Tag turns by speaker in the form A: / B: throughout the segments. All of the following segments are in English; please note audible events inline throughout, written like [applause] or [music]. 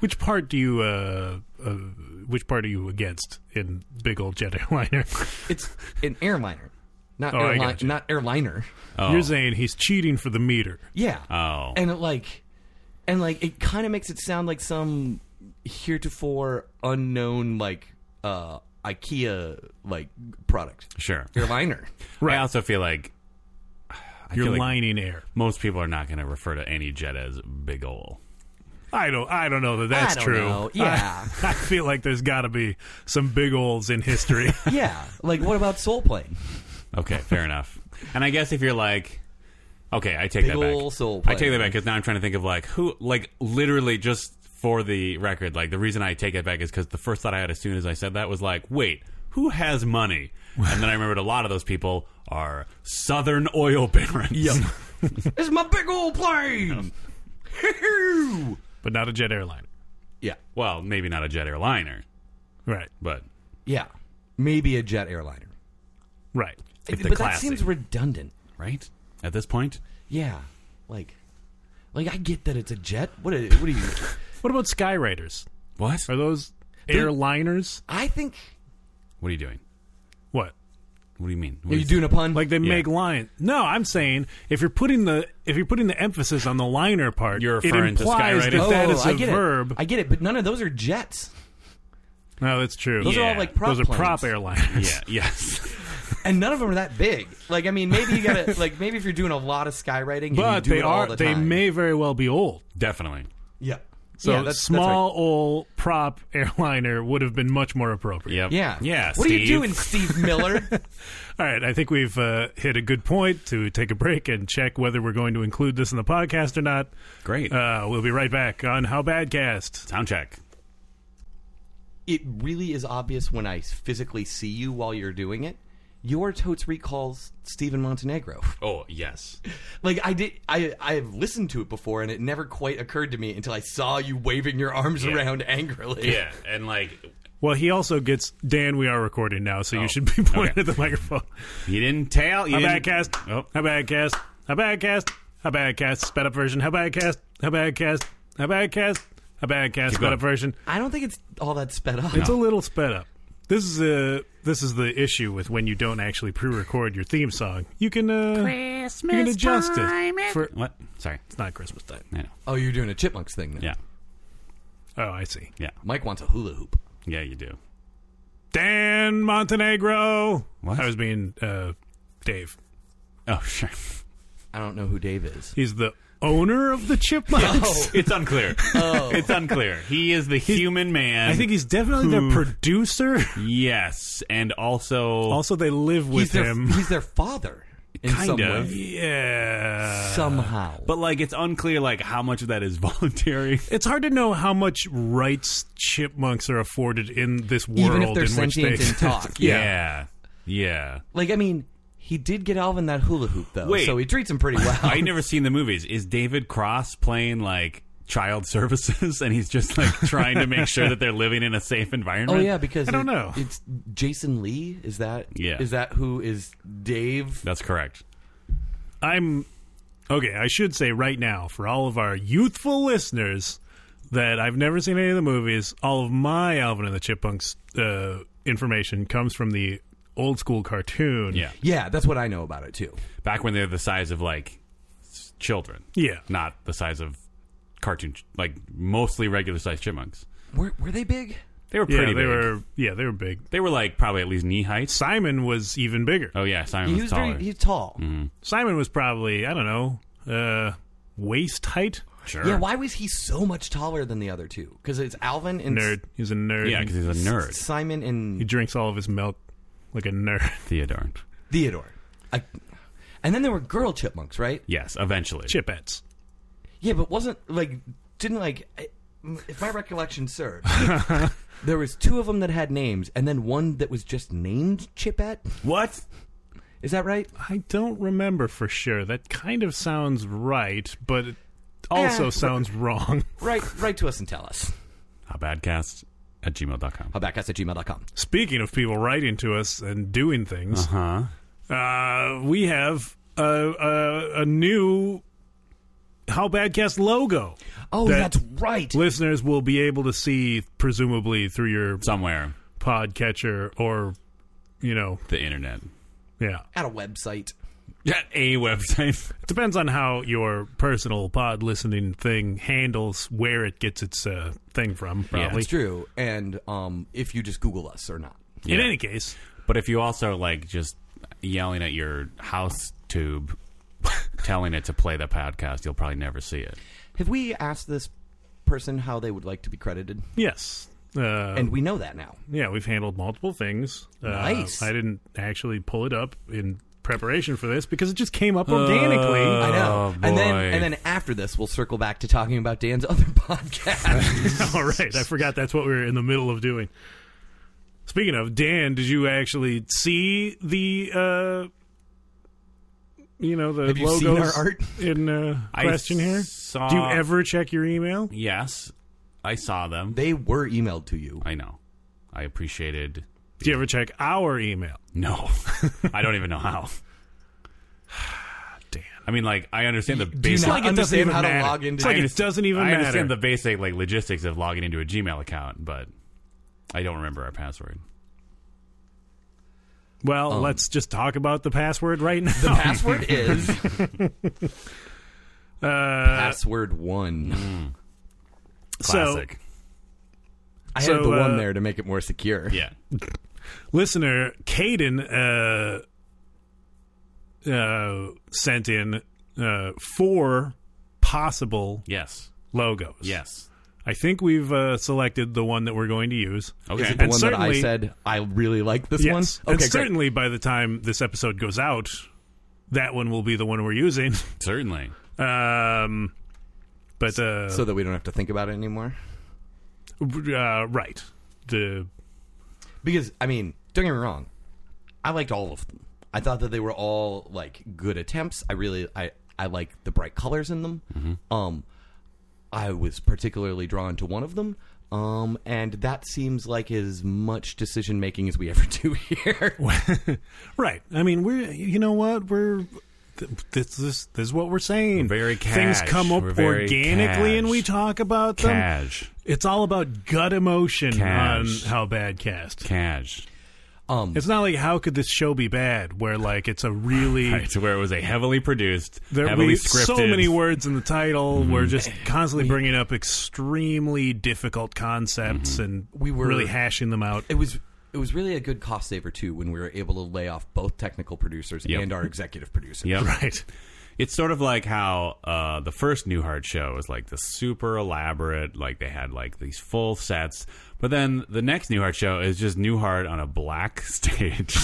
A: Which part do you uh, uh which part are you against in big old jet [laughs] airliner?
B: It's an airliner, not
A: Oh, I
B: airline,
A: gotcha.
B: not airliner.
C: Oh.
A: You're saying he's cheating for the meter.
B: Yeah.
C: Oh.
B: And it, like, and like, it kind of makes it sound like some heretofore unknown like uh IKEA like
C: [laughs]
B: product
C: Sure.
B: airliner.
C: I also feel like I
A: You're
C: feel like
A: lining air.
C: most people are not going to refer to any jet as big ol.
A: I don't. I don't know that that's
B: don't
A: true.
B: know. Yeah.
A: [laughs] I, I feel like there's got to be some big holes in
C: [laughs]
A: history.
B: yeah. Like, what about Soul Plane?
C: Okay,
B: [laughs]
C: fair enough. And I guess if you're like, okay, I take
B: Big
C: that back.
B: ol' soul
C: I take
B: plane.
C: that back because now I'm trying to think of like who, like literally just for the record, like the reason I take it back is because the first thought I had as soon as I said that was like, wait, who has money? And then I remembered a lot of those people are Southern oil barons.
B: [laughs] It's my big old
C: [laughs]
B: plane.
A: but not a jet airliner.
B: yeah.
C: well, maybe not a jet airliner,
A: Right.
C: but
B: Yeah. Maybe a jet airliner.
A: Right.
C: If the
B: but that
C: classy.
B: seems redundant.
C: right at this point,
B: Yeah. Like, like I get that it's a jet. What? Are, what are you?
A: What about sky raiders?
C: what?
A: Are those airliners?
B: I think.
C: What are you doing?
A: What?
C: What do you mean? What
B: Are you [laughs] doing a pun?
A: Like they make line? No, I'm saying if you're putting the if you're putting the emphasis on the liner part,
C: You're
A: it
C: referring to sky
A: implies
C: raiders.
A: that that is
B: oh, I
A: a
B: get
A: verb.
B: It. I get it, but none of those are jets.
A: no, that's true.
B: Those are all
C: Yeah.
B: like prop
A: Those are
B: planes.
A: prop airliners.
C: Yeah. Yes. [laughs]
B: and none of them are that big. Like, I mean, maybe you gotta [laughs] like maybe if you're doing a lot of
A: [laughs]
B: skywriting,
A: But
B: and you do
A: they
B: it
A: are
B: All the
A: they
B: time.
A: may very well be old.
C: Definitely.
B: Yeah.
A: So
B: yeah, that's,
A: small old prop [laughs] airliner would have been much more appropriate.
C: Yep.
B: That's right. Yeah.
C: Yeah.
B: What are you
C: Steve.
B: doing,
A: [laughs]
B: Steve Miller?
A: All right, I think we've uh, hit a good point to take a break and check whether we're going to include this in the podcast or not.
C: Great.
A: Uh, we'll be right back on How Bad Cast.
C: Sound check.
B: it really is obvious when I physically see you while you're doing it. Your totes recalls Stephen Montenegro.
C: Oh yes.
B: Like I did, I I've listened to it before, and it never quite occurred to me until I saw you waving your arms around angrily.
C: Yeah, and like
A: Well, he also gets Dan. We are recording now,
B: Oh.
A: so you should be [laughs] pointing
C: okay.
A: at the microphone.
C: you didn't tell. You
A: How Bad
C: didn't,
A: Cast.
C: Oh,
A: How Bad Cast. How Bad Cast. How Bad Cast. Sped up version. How Bad Cast. How Bad Cast. How Bad Cast. How Bad Cast. Sped
C: going.
A: up version.
B: I don't think it's all that sped up.
A: It's a little sped up. This is a this is the issue with when you don't actually pre-record your theme song. You can uh, you can adjust it for
C: what? Sorry,
A: it's not Christmas time.
C: I know.
B: Oh, you're doing a chipmunks thing now.
C: Yeah,
A: Oh, I see.
C: yeah,
B: Mike wants a hula hoop.
C: yeah. You do.
A: Dan Montenegro.
C: What?
A: I was being uh, Dave.
C: Oh [laughs] sure.
B: I don't know who Dave is.
A: He's the owner of the Chipmunks.
C: it's unclear. It's unclear. He is the human man.
A: I think he's definitely the
C: Who-
A: producer.
C: yes, and also,
A: Also, they live
B: He's
A: with
B: their,
A: him.
B: he's their father in
C: Kind
B: some
C: of.
B: way.
A: Yeah.
B: Somehow.
C: but like it's unclear like how much of that is [laughs] voluntary.
A: It's hard to know how much rights chipmunks are afforded in this world
B: Even if they're
A: in which they
B: sentient
A: [laughs]
B: and talk.
C: Yeah, yeah.
B: Like, I mean, he did get Alvin that hula hoop, though,
C: Wait.
B: so he treats him pretty well.
A: [laughs]
C: I never seen the movies. Is David Cross playing like? Child services, [laughs] and he's just like trying to make sure that they're living in a safe
B: oh,
C: environment.
B: yeah, because
A: I don't
B: it-
A: know.
B: It's Jason Lee. Is that
C: Yeah.
B: Is that who is Dave?
C: that's correct.
A: I'm okay. I should say right now for all of our youthful listeners that I've never seen any of the movies. All of my Alvin and the Chipmunks uh, information comes from the old school cartoon.
C: Yeah,
B: Yeah, that's what I know about it too.
C: back when they're the size of like s- children,
A: yeah.
C: not the size of cartoon, ch- like mostly regular sized chipmunks.
B: Were were they big?
C: They were
A: Yeah,
C: pretty.
A: they
C: big.
A: were. Yeah, they were big.
C: They were like probably at least knee heights.
A: Simon was even bigger.
C: Oh yeah, Simon
B: he
C: was,
B: was
C: taller.
B: very he's tall.
A: Simon was probably I don't know uh, waist height.
C: sure.
B: Yeah, why was he so much taller than the other two? Because it's Alvin and
A: Nerd. He's a nerd.
C: Yeah, because he's a
B: S-
C: nerd,
B: Simon
A: he
B: and
A: drinks all of his milk like a nerd. [laughs]
C: Theodore.
B: Theodore. I, and then there were girl chipmunks, right?
C: Yes, eventually.
A: Chipettes.
B: Yeah, but wasn't like didn't like I- m- if my recollection serves, there was two of them that had names, and then one that was just named Chipette.
C: What?
B: Is that right?
A: I don't remember for sure. That kind of sounds right, but it also
B: Eh.
A: sounds wrong. [laughs]
B: Right, write to us and tell us.
C: A badcast at gmail.com.
B: Howbackcast at gmail.com.
A: Speaking of people writing to us and doing things,
C: Huh?
A: uh, we have a, a, a new How Badcast logo.
B: Oh,
A: That-
B: that's right.
A: Listeners will be able to see, presumably through your
C: somewhere
A: podcatcher or, you know,
C: the internet.
A: yeah.
B: At a website.
C: Yeah, a website.
A: It depends on how your personal pod listening thing handles where it gets its uh, thing from, probably.
B: It's true. And um, if you just Google us or not.
A: In
C: Yeah.
A: any case,
C: But if you also like just yelling at your house tube, [laughs] telling it to play the podcast, you'll probably never see it.
B: Have we asked this person how they would like to be credited?
A: yes. Uh,
B: and we know that now.
A: yeah, we've handled multiple things. Uh,
B: Nice.
A: I didn't actually pull it up in preparation for this because it just came up organically.
B: I know.
C: Oh,
B: and then
C: boy.
B: and then after this we'll circle back to talking about Dan's [laughs]
A: [laughs]
B: other
A: [laughs]
B: podcast.
A: All right, I forgot that's what we were in the middle of doing. Speaking of Dan, did you actually see the uh you know the
B: Have you
A: logos
B: seen our art?
A: in uh,
C: I
A: question here?
C: saw-
A: Do you ever check your email?
C: Yes, I saw them.
B: they were emailed to you.
C: I know. I appreciated.
A: Do you ever check our email?
C: No, [laughs] I don't even know how.
A: Dan.
C: I mean, like I understand the
B: Do you
C: basic.
B: not
A: it doesn't
B: understand
A: even
B: how
A: matter.
B: to log into
A: It's like
B: I
A: it
B: just-
A: doesn't even
C: I
A: matter.
C: understand the basic like logistics of logging into a Gmail account, but I don't remember our password.
A: well, let's just talk about the [laughs] password right now.
B: Um, the password [laughs] is
A: uh, Mm.
B: password one.
A: So,
C: Classic.
B: I
A: So,
B: had the
A: uh,
B: one there to make it more secure.
C: yeah.
A: listener Caden uh, uh, sent in uh, four possible
C: Yes.
A: logos.
C: Yes.
A: I think we've uh, selected the one that we're going to use.
C: Okay.
B: Is it the
A: And
B: one that I
A: certainly-
B: said I really like this
A: Yes. and
B: one? Okay, great.
A: certainly by the time this episode goes out, that one will be the one we're using. [laughs]
C: Certainly.
A: Um, but uh,
B: so that we don't have to think about it anymore.
A: uh, right, the
B: Because I mean, don't get me wrong, I liked all of them. I thought that they were all like good attempts. I really I I like the bright colors in them.
C: Mm-hmm.
B: Um, I was particularly drawn to one of them. Um, and that seems like as much decision making as we ever [laughs] do here.
A: right. I mean, we're you know what we're. th- This, this this is what we're saying.
C: We're very
A: Things
C: cash.
A: come up
C: We're very
A: organically, and
C: cash.
A: we talk about them.
C: Cash.
A: It's all about gut emotion
C: Cash.
A: on how bad cast.
C: Cash.
B: Um,
A: It's not like how could this show be bad, where like it's a really
C: [laughs] Right, to where it was a heavily produced,
A: there
C: heavily
A: we
C: scripted. Mm-hmm.
A: so many words in the title. We're just constantly bringing up extremely difficult concepts
C: Mm-hmm.
A: and
B: We were-
A: really hashing them
C: [laughs]
A: out.
B: it was it was really a good cost saver too when we were able to lay off both technical producers
C: Yep.
B: and our executive producer.
C: Yep.
A: Right.
C: It's sort of like how uh, the first Newhart show was like the super elaborate, like they had like these full sets. But then the next Newhart show is just Newhart on a black [laughs] stage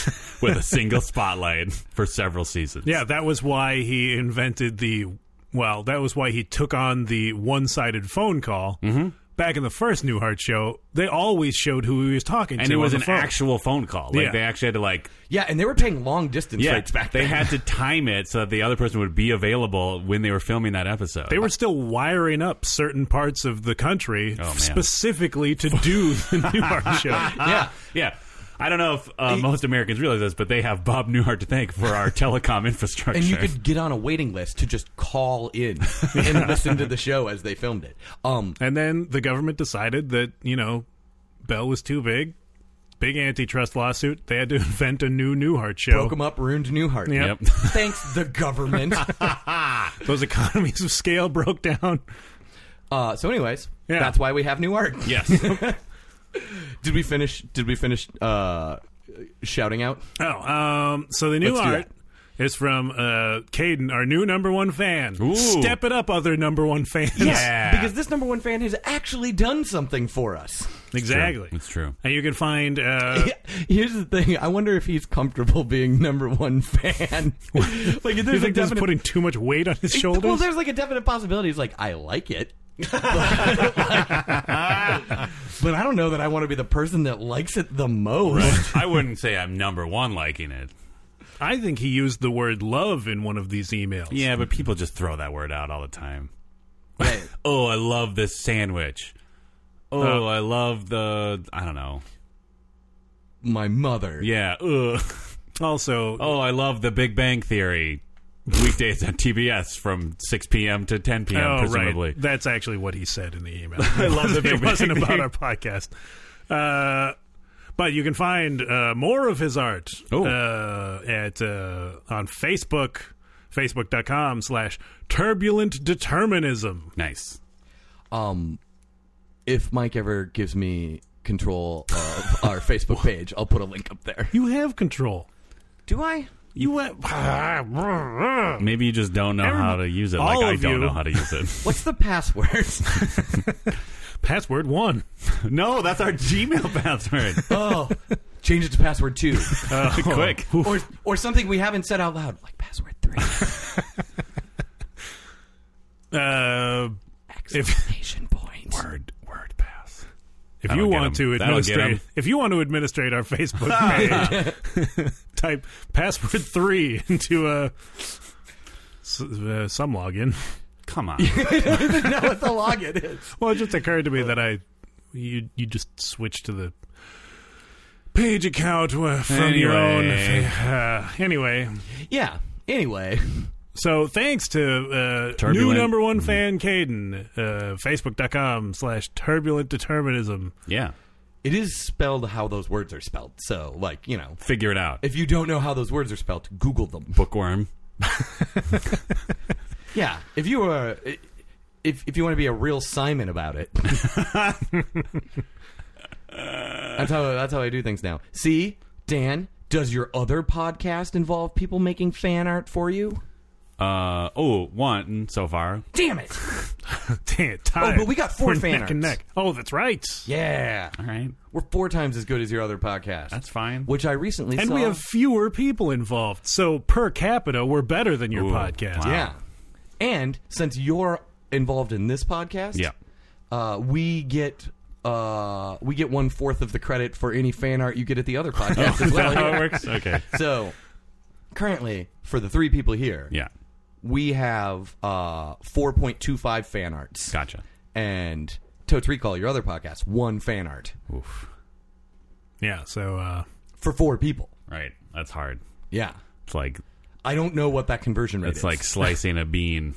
C: with
A: [laughs]
C: a single spotlight for several seasons.
A: Yeah, that was why he invented the. Well, that was why he took on the one-sided phone call. Mm-hmm. Back in the first Newhart show, they always showed who he was talking
C: And
A: to.
C: it was
A: on
C: an
A: the phone.
C: actual phone call. Like
A: Yeah.
C: they actually had to like
B: Yeah, and they were paying long distance
C: yeah,
B: rates back
C: they
B: then.
A: [laughs]
C: had to time it so that the other person would be available when they were filming that episode.
A: They were still wiring up certain parts of the country
C: Oh, man.
A: specifically
C: [laughs]
A: to do the Newhart show.
C: uh,
B: yeah.
C: Yeah. I don't know if uh, most Americans realize this, but they have Bob Newhart to thank for [laughs] our telecom infrastructure.
B: And you could get on a waiting list to just call in
A: [laughs]
B: and listen to the show as they filmed it. Um,
A: And then the government decided that, you know, Bell was too big. Big antitrust lawsuit. They had to [laughs] invent a new Newhart show.
B: broke 'em up, ruined Newhart.
A: Yeah.
C: Yep.
B: Thanks,
A: [laughs]
B: the government.
A: Those economies of scale broke down.
B: uh, so, anyways,
A: Yeah.
B: that's why we have new art.
C: yes. [laughs]
B: Did we finish? Did we finish uh, shouting out?
A: Oh, um, so the new
B: Let's do
A: art is from uh, Caden, our new number one fan.
C: Ooh.
A: Step it up, other number one fans. [laughs]
C: Yeah.
B: because this number one fan has actually done something for us.
A: exactly.
C: It's true.
A: And you can find uh,
B: [laughs] Here's the thing. I wonder if he's comfortable being number one fan.
A: [laughs]
B: like,
A: Do you
B: there's a
A: think this is
B: definite
A: putting too much weight on his shoulders?
B: Well, there's like a definite possibility. He's like, I like it. [laughs] but I don't know that I want to be the person that likes it the most.
C: I wouldn't say I'm number one liking it.
A: I think he used the word love in one of these emails.
C: Yeah, but people just throw that word out all the time.
B: Right.
C: [laughs] Oh, I love this sandwich. Oh, I love the. I don't know.
B: My mother.
C: Yeah. Ugh.
A: Also,
C: Oh, I love the Big Bang Theory weekdays on TBS from 6 p.m. to 10 p.m.
A: Oh,
C: presumably.
A: right. That's actually what he said in the email. [laughs] I love that it wasn't about [laughs] our podcast. Uh, but you can find uh, more of his art
C: Oh.
A: uh, at uh, on Facebook, facebook.com slash turbulent determinism.
C: Nice.
B: Um, if Mike ever gives me control of our Facebook page, I'll put a link up there.
A: You have control.
B: Do I?
A: You have.
C: Maybe you just don't know how to
A: Everybody-
C: use it.
A: all
C: Like I
A: of
C: don't
A: you.
C: know how to use [laughs] it.
B: What's the password?
A: [sighs] Password one. [laughs]
C: no, that's our Gmail [laughs] password.
B: [laughs] oh, change it to password two,
A: Uh, Oh,
C: Quick.
B: or or something we haven't said out loud, like password three.
A: [laughs] Uh,
B: Exclamation point.
C: Word, word pass.
A: If
C: That'll
A: you
C: get
A: want
C: 'em.
A: to
C: That'll get
A: administrate,
C: 'em.
A: if you want to administrate our Facebook page,
C: [laughs]
A: [laughs] type password three into a s- uh, some login. [laughs]
C: Come on.
B: [laughs] no, it's a login. It is.
A: Well, it just occurred to me that I you you just switch to the page account uh, from your own.
C: Anyway.
A: Uh, anyway,
B: Yeah. Anyway,
A: so thanks to uh, new
C: Turbulent- Mm-hmm.
A: number one fan Caden, uh, Facebook.com slash turbulent determinism.
C: yeah.
B: it is spelled how those words are spelled. So, like you know,
C: Figure it out.
B: if you don't know how those words are spelled, Google them.
C: Bookworm.
B: Yeah, if you are, if if you want to be a real Simon about it, that's how that's how I do things now. See, Dan, does your other podcast involve people making fan art for you?
C: Uh, oh, one so far.
B: Damn it!
A: [laughs] Dang it, tied.
B: Oh, but we got four
A: We're
B: fan
A: neck and
B: arts.
A: neck. Oh, that's right.
B: Yeah,
C: All right.
B: we're four times as good as your other podcast.
C: That's fine.
B: Which I recently
A: And
B: saw.
A: we have fewer people involved. So per capita, we're better than your
C: Ooh,
A: podcast.
C: wow.
B: yeah, Um, and since you're involved in this podcast,
C: Yeah.
B: uh, we get. Uh, we get one fourth of the credit for any fan art you get at the other
C: [laughs]
B: podcast as
C: Oh, Is
B: well.
C: that how it
A: [laughs]
C: works? Okay.
B: So, currently, for the three people here,
C: Yeah.
B: we have uh, 4.25 fan arts.
C: Gotcha.
B: And Totes Recall, your other podcast, one fan art
C: Oof.
A: Yeah, so uh,
B: for four people.
C: Right. That's hard.
B: Yeah.
C: It's like
B: I don't know what that conversion rate
C: it's
B: is.
A: [laughs]
C: like slicing a bean,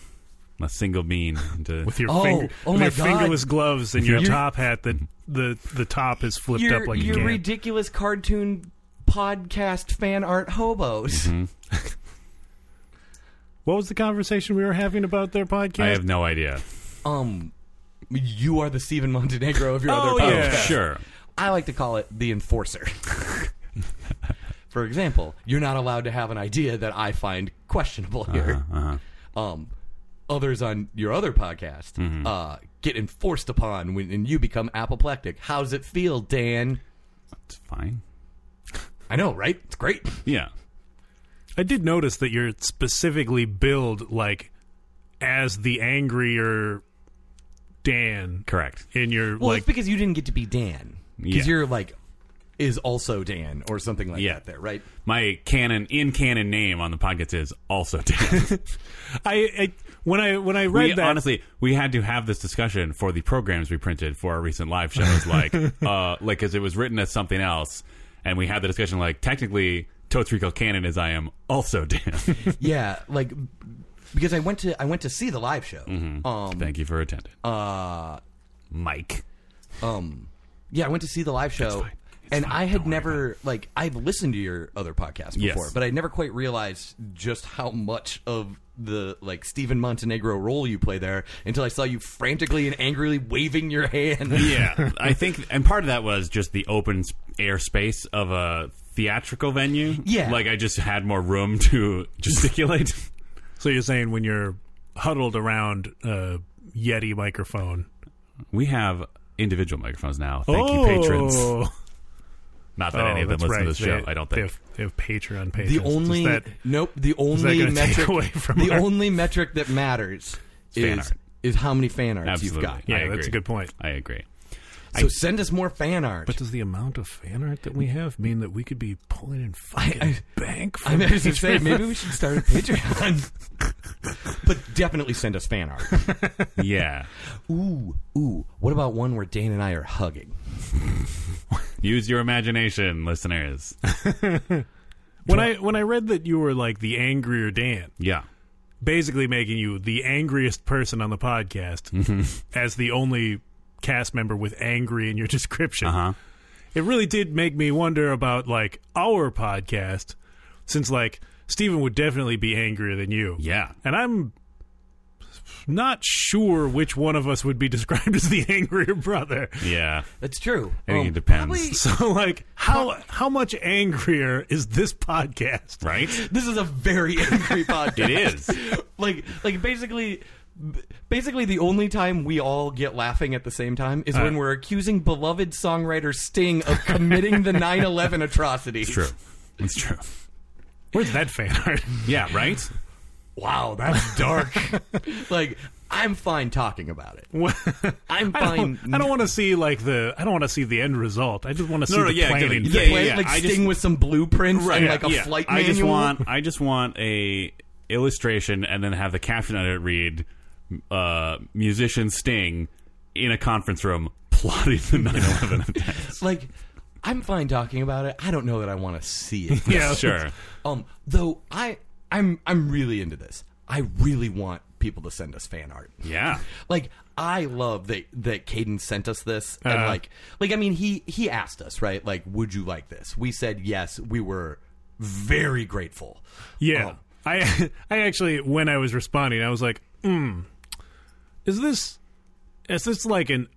C: a single bean into
A: with your
B: Oh,
A: finger,
B: oh
A: with
B: my
A: your
B: God.
A: fingerless gloves and your
B: You're-
A: top hat that the the top is flipped
B: your,
A: up like
B: your
A: a can.
B: ridiculous cartoon podcast fan art hobos.
A: what was the conversation we were having about their podcast?
C: I have no idea.
B: Um, you are the Steven Montenegro of your
A: Oh,
B: other podcast.
A: yeah.
C: Sure.
B: I like to call it the enforcer.
A: [laughs]
B: For example, you're not allowed to have an idea that I find questionable
A: Uh-huh,
B: here. Um, others on your other podcast
A: Mm-hmm.
B: uh, get enforced upon when and you become apoplectic. How's it feel, Dan?
C: It's fine.
B: I know, right? It's great.
C: Yeah.
A: I did notice that you're specifically billed like as the angrier Dan
C: Correct.
A: in your
B: Well,
A: like
B: it's because you didn't get to be Dan
C: Yeah.
B: because you're like is also Dan or something like
C: Yeah.
B: that. There, right?
C: My canon in canon name on the podcast is
A: [laughs]
C: also Dan.
A: I, I when I when I read
C: we,
A: that
C: honestly we had to have this discussion for the programs we printed for our recent live
A: [laughs]
C: shows like uh like because it was written as something else and we had the discussion like technically totes Rico canon is i am also dan
B: yeah, like because I went to I went to see the live show.
C: Mm-hmm.
B: Um,
C: [laughs] thank you for attending
B: uh,
C: mike
B: um yeah i went to see the live show
C: fine. It's
B: and
C: fine.
B: i
C: Don't
B: had
C: worry
B: never like i've listened to your other podcast
C: Yes.
B: before but i never quite realized just how much of the like Stephen Montenegro role you play there until I saw you frantically and angrily waving your hand.
C: yeah i think and part of that was just the open s- air space of a theatrical venue
B: Yeah.
C: like i just had more room to
B: [laughs]
C: gesticulate
A: So you're saying when you're huddled around a Yeti microphone?
C: we have individual microphones now thank you patrons not Oh. that
A: Oh,
C: any of them
A: that's
C: listen
A: right.
C: to this show
A: They-
C: i don't
A: they
C: think
A: have, they have Patreon patrons.
B: [laughs] The
A: Does
B: only
A: that-
B: nope, the
A: that
B: only
A: gonna take
C: [laughs]
B: metric
A: away from
B: the
A: our-
B: only metric that matters is
C: fan art.
B: is how many fan arts
C: Absolutely.
B: you've got.
A: yeah,
C: I
A: that's a
C: agree.
A: good point.
C: i agree
B: So send us more fan art.
A: But does the amount of fan art that we have mean that we could be pulling in fucking
B: I-
A: bank?
B: I'm
A: From
B: [laughs] just
C: [laughs]
B: gonna say
A: Patreon?
B: maybe we should start a Patreon. [laughs] but definitely send us fan art.
C: yeah
B: [laughs] Ooh, ooh. What about one where Dan and I are hugging?
C: Use your imagination, listeners.
A: when I when I read that you were like the angrier Dan,
C: Yeah.
A: basically making you the angriest person on the podcast
C: Mm-hmm.
A: as the only cast member with angry in your [laughs] description.
C: Uh-huh.
A: It really did make me wonder about like our podcast, since like Steven would definitely be angrier than you.
C: Yeah.
A: And I'm not sure which one of us would be [laughs] described as the angrier brother.
C: Yeah.
B: That's true.
C: I think
B: Um,
C: it depends.
B: probably-
A: So like how how much angrier is this podcast?
C: Right?
B: this is a very [laughs] angry podcast.
C: It is.
B: like like basically b- basically the only time we all get laughing at the same time is when we're accusing beloved songwriter Sting of committing [laughs] the 9/11 atrocities.
C: It's true. It's true.
A: Where's that fan art?
C: Yeah, right?
B: Wow, that's
C: [laughs]
B: dark. like I'm fine talking about it.
A: Well,
B: I'm
A: I
B: fine.
A: don't, I don't want to see like the I don't want to see the end result. I just want to see
C: no,
A: the
C: yeah, I get
A: planning.
C: it. Yeah,
A: phase.
B: Play it
C: yeah,
B: like
C: I
B: Sting
C: just-
B: with some blueprints and like a
C: yeah.
B: flight
C: I
B: manual.
C: just want I just want a illustration and then have the caption on it read uh, musician Sting in a conference room plotting the
B: [laughs]
C: 9/11 attack.
B: like I'm fine talking about it. I don't know that I want to see it.
C: [laughs]
A: Yeah.
C: Sure.
B: Um, though I I'm I'm really into this. I really want people to send us fan art.
C: Yeah.
B: Like I love that that Caden sent us this and
A: Uh-huh.
B: like like I mean he he asked us, right? Like would you like this? We said yes. We were very grateful.
C: Oh.
A: Yeah.
B: Um,
A: I [laughs] I actually when I was responding, I was like, hmm, is this is this like an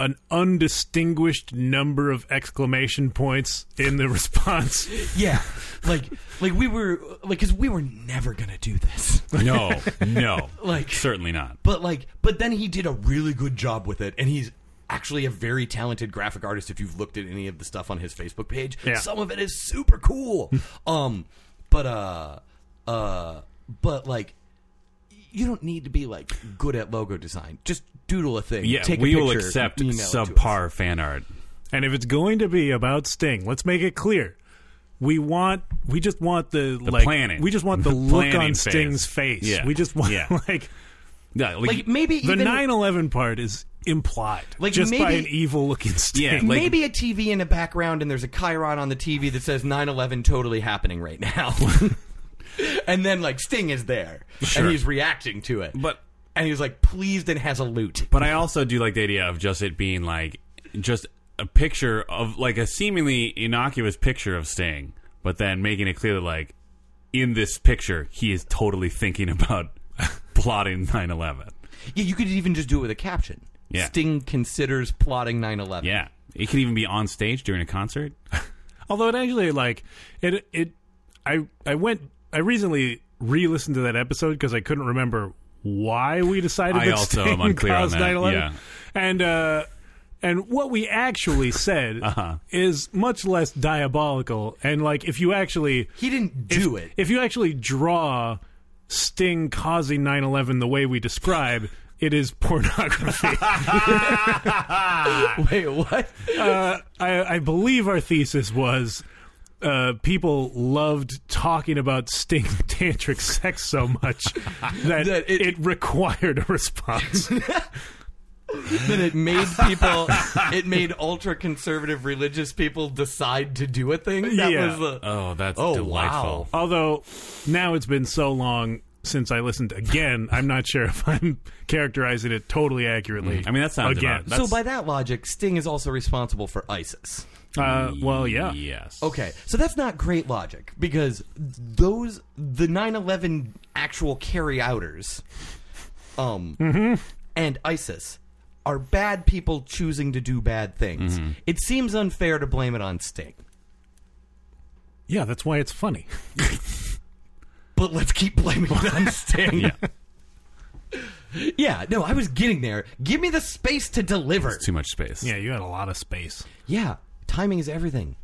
A: an undistinguished number of exclamation points in the [laughs] response?
B: yeah. Like like we were like cuz we were never going to do this.
C: No. No.
B: [laughs] Like-
C: certainly not.
B: But like, but then he did a really good job with it, and he's actually a very talented graphic artist. If you've looked at any of the stuff on his Facebook page,
A: Yeah.
B: some of it is super
C: [laughs]
B: cool. um, but uh, uh, but like, you don't need to be like good at logo design. Just doodle a thing.
C: Yeah,
B: take a
C: we will
B: picture,
C: accept
B: and email it to us.
C: subpar fan art.
A: And if it's going to be about Sting, let's make it clear. We want we just want the, like
C: planning.
A: we just want the,
C: The
A: look
C: planning
A: on
C: phase.
A: Sting's face.
C: Yeah.
A: We just want
C: Yeah.
A: [laughs] like
C: Yeah, like,
B: Like maybe
A: the
B: even
A: 9/11 part is implied
B: Like,
A: just by an
B: maybe-
A: evil looking Sting.
C: Yeah, like-
B: maybe a TV in the background, and there's a Chiron on the TV that says 9/11 totally happening right
C: [laughs]
B: now. [laughs] and then like Sting is there,
C: Sure.
B: and he's reacting to it.
C: but
B: and he was like pleased and has a lute.
C: But I also do like the idea of just it being like just a picture of like a seemingly innocuous picture of Sting, but then making it clear that like in this picture he is totally thinking about [laughs] plotting 9/11.
B: Yeah, you could even just do it with a caption.
C: Yeah.
B: Sting considers plotting 9/11.
C: Yeah, it could even be on stage during a concert.
A: Although it actually like it it I I went I recently re-listened to that episode because I couldn't remember why we decided
C: I
A: that
C: also
A: Sting
C: am unclear on
A: caused
C: that,
A: 9/11.
C: yeah.
A: And uh and what we actually said
C: Uh-huh.
A: is much less diabolical and like if you actually
B: He didn't do it.
A: if you actually draw Sting causing 9/11 the way we describe it is pornography.
B: Wait, what?
A: uh, I, I believe our thesis was uh, people loved talking about stink [laughs] tantric sex so much that,
B: That
A: it,
B: it-
A: required a response.
B: that it made people it made ultra conservative religious people decide to do a thing. That
A: Yeah.
B: was the
C: Oh, that's
B: Oh,
C: delightful.
B: wow.
A: Although now it's been so long since I listened again, I'm not sure if I'm characterizing it totally accurately.
C: I mean, that sounds
A: again.
C: about- that's-
B: So by that logic, Sting is also responsible for ISIS.
A: uh, well, yeah,
C: Yes.
B: Okay, so that's not great logic because those the 9/11 actual carry-outers, um, and ISIS are bad people choosing to do bad things. It seems unfair to blame it on Sting,
A: yeah. That's why it's funny. [laughs]
B: but let's keep blaming it on Sting.
C: Yeah.
B: [laughs] Yeah, no, I was getting there. Give me the space to deliver.
C: Too much space.
A: Yeah, you had a lot of space.
B: Yeah, timing is [laughs] everything.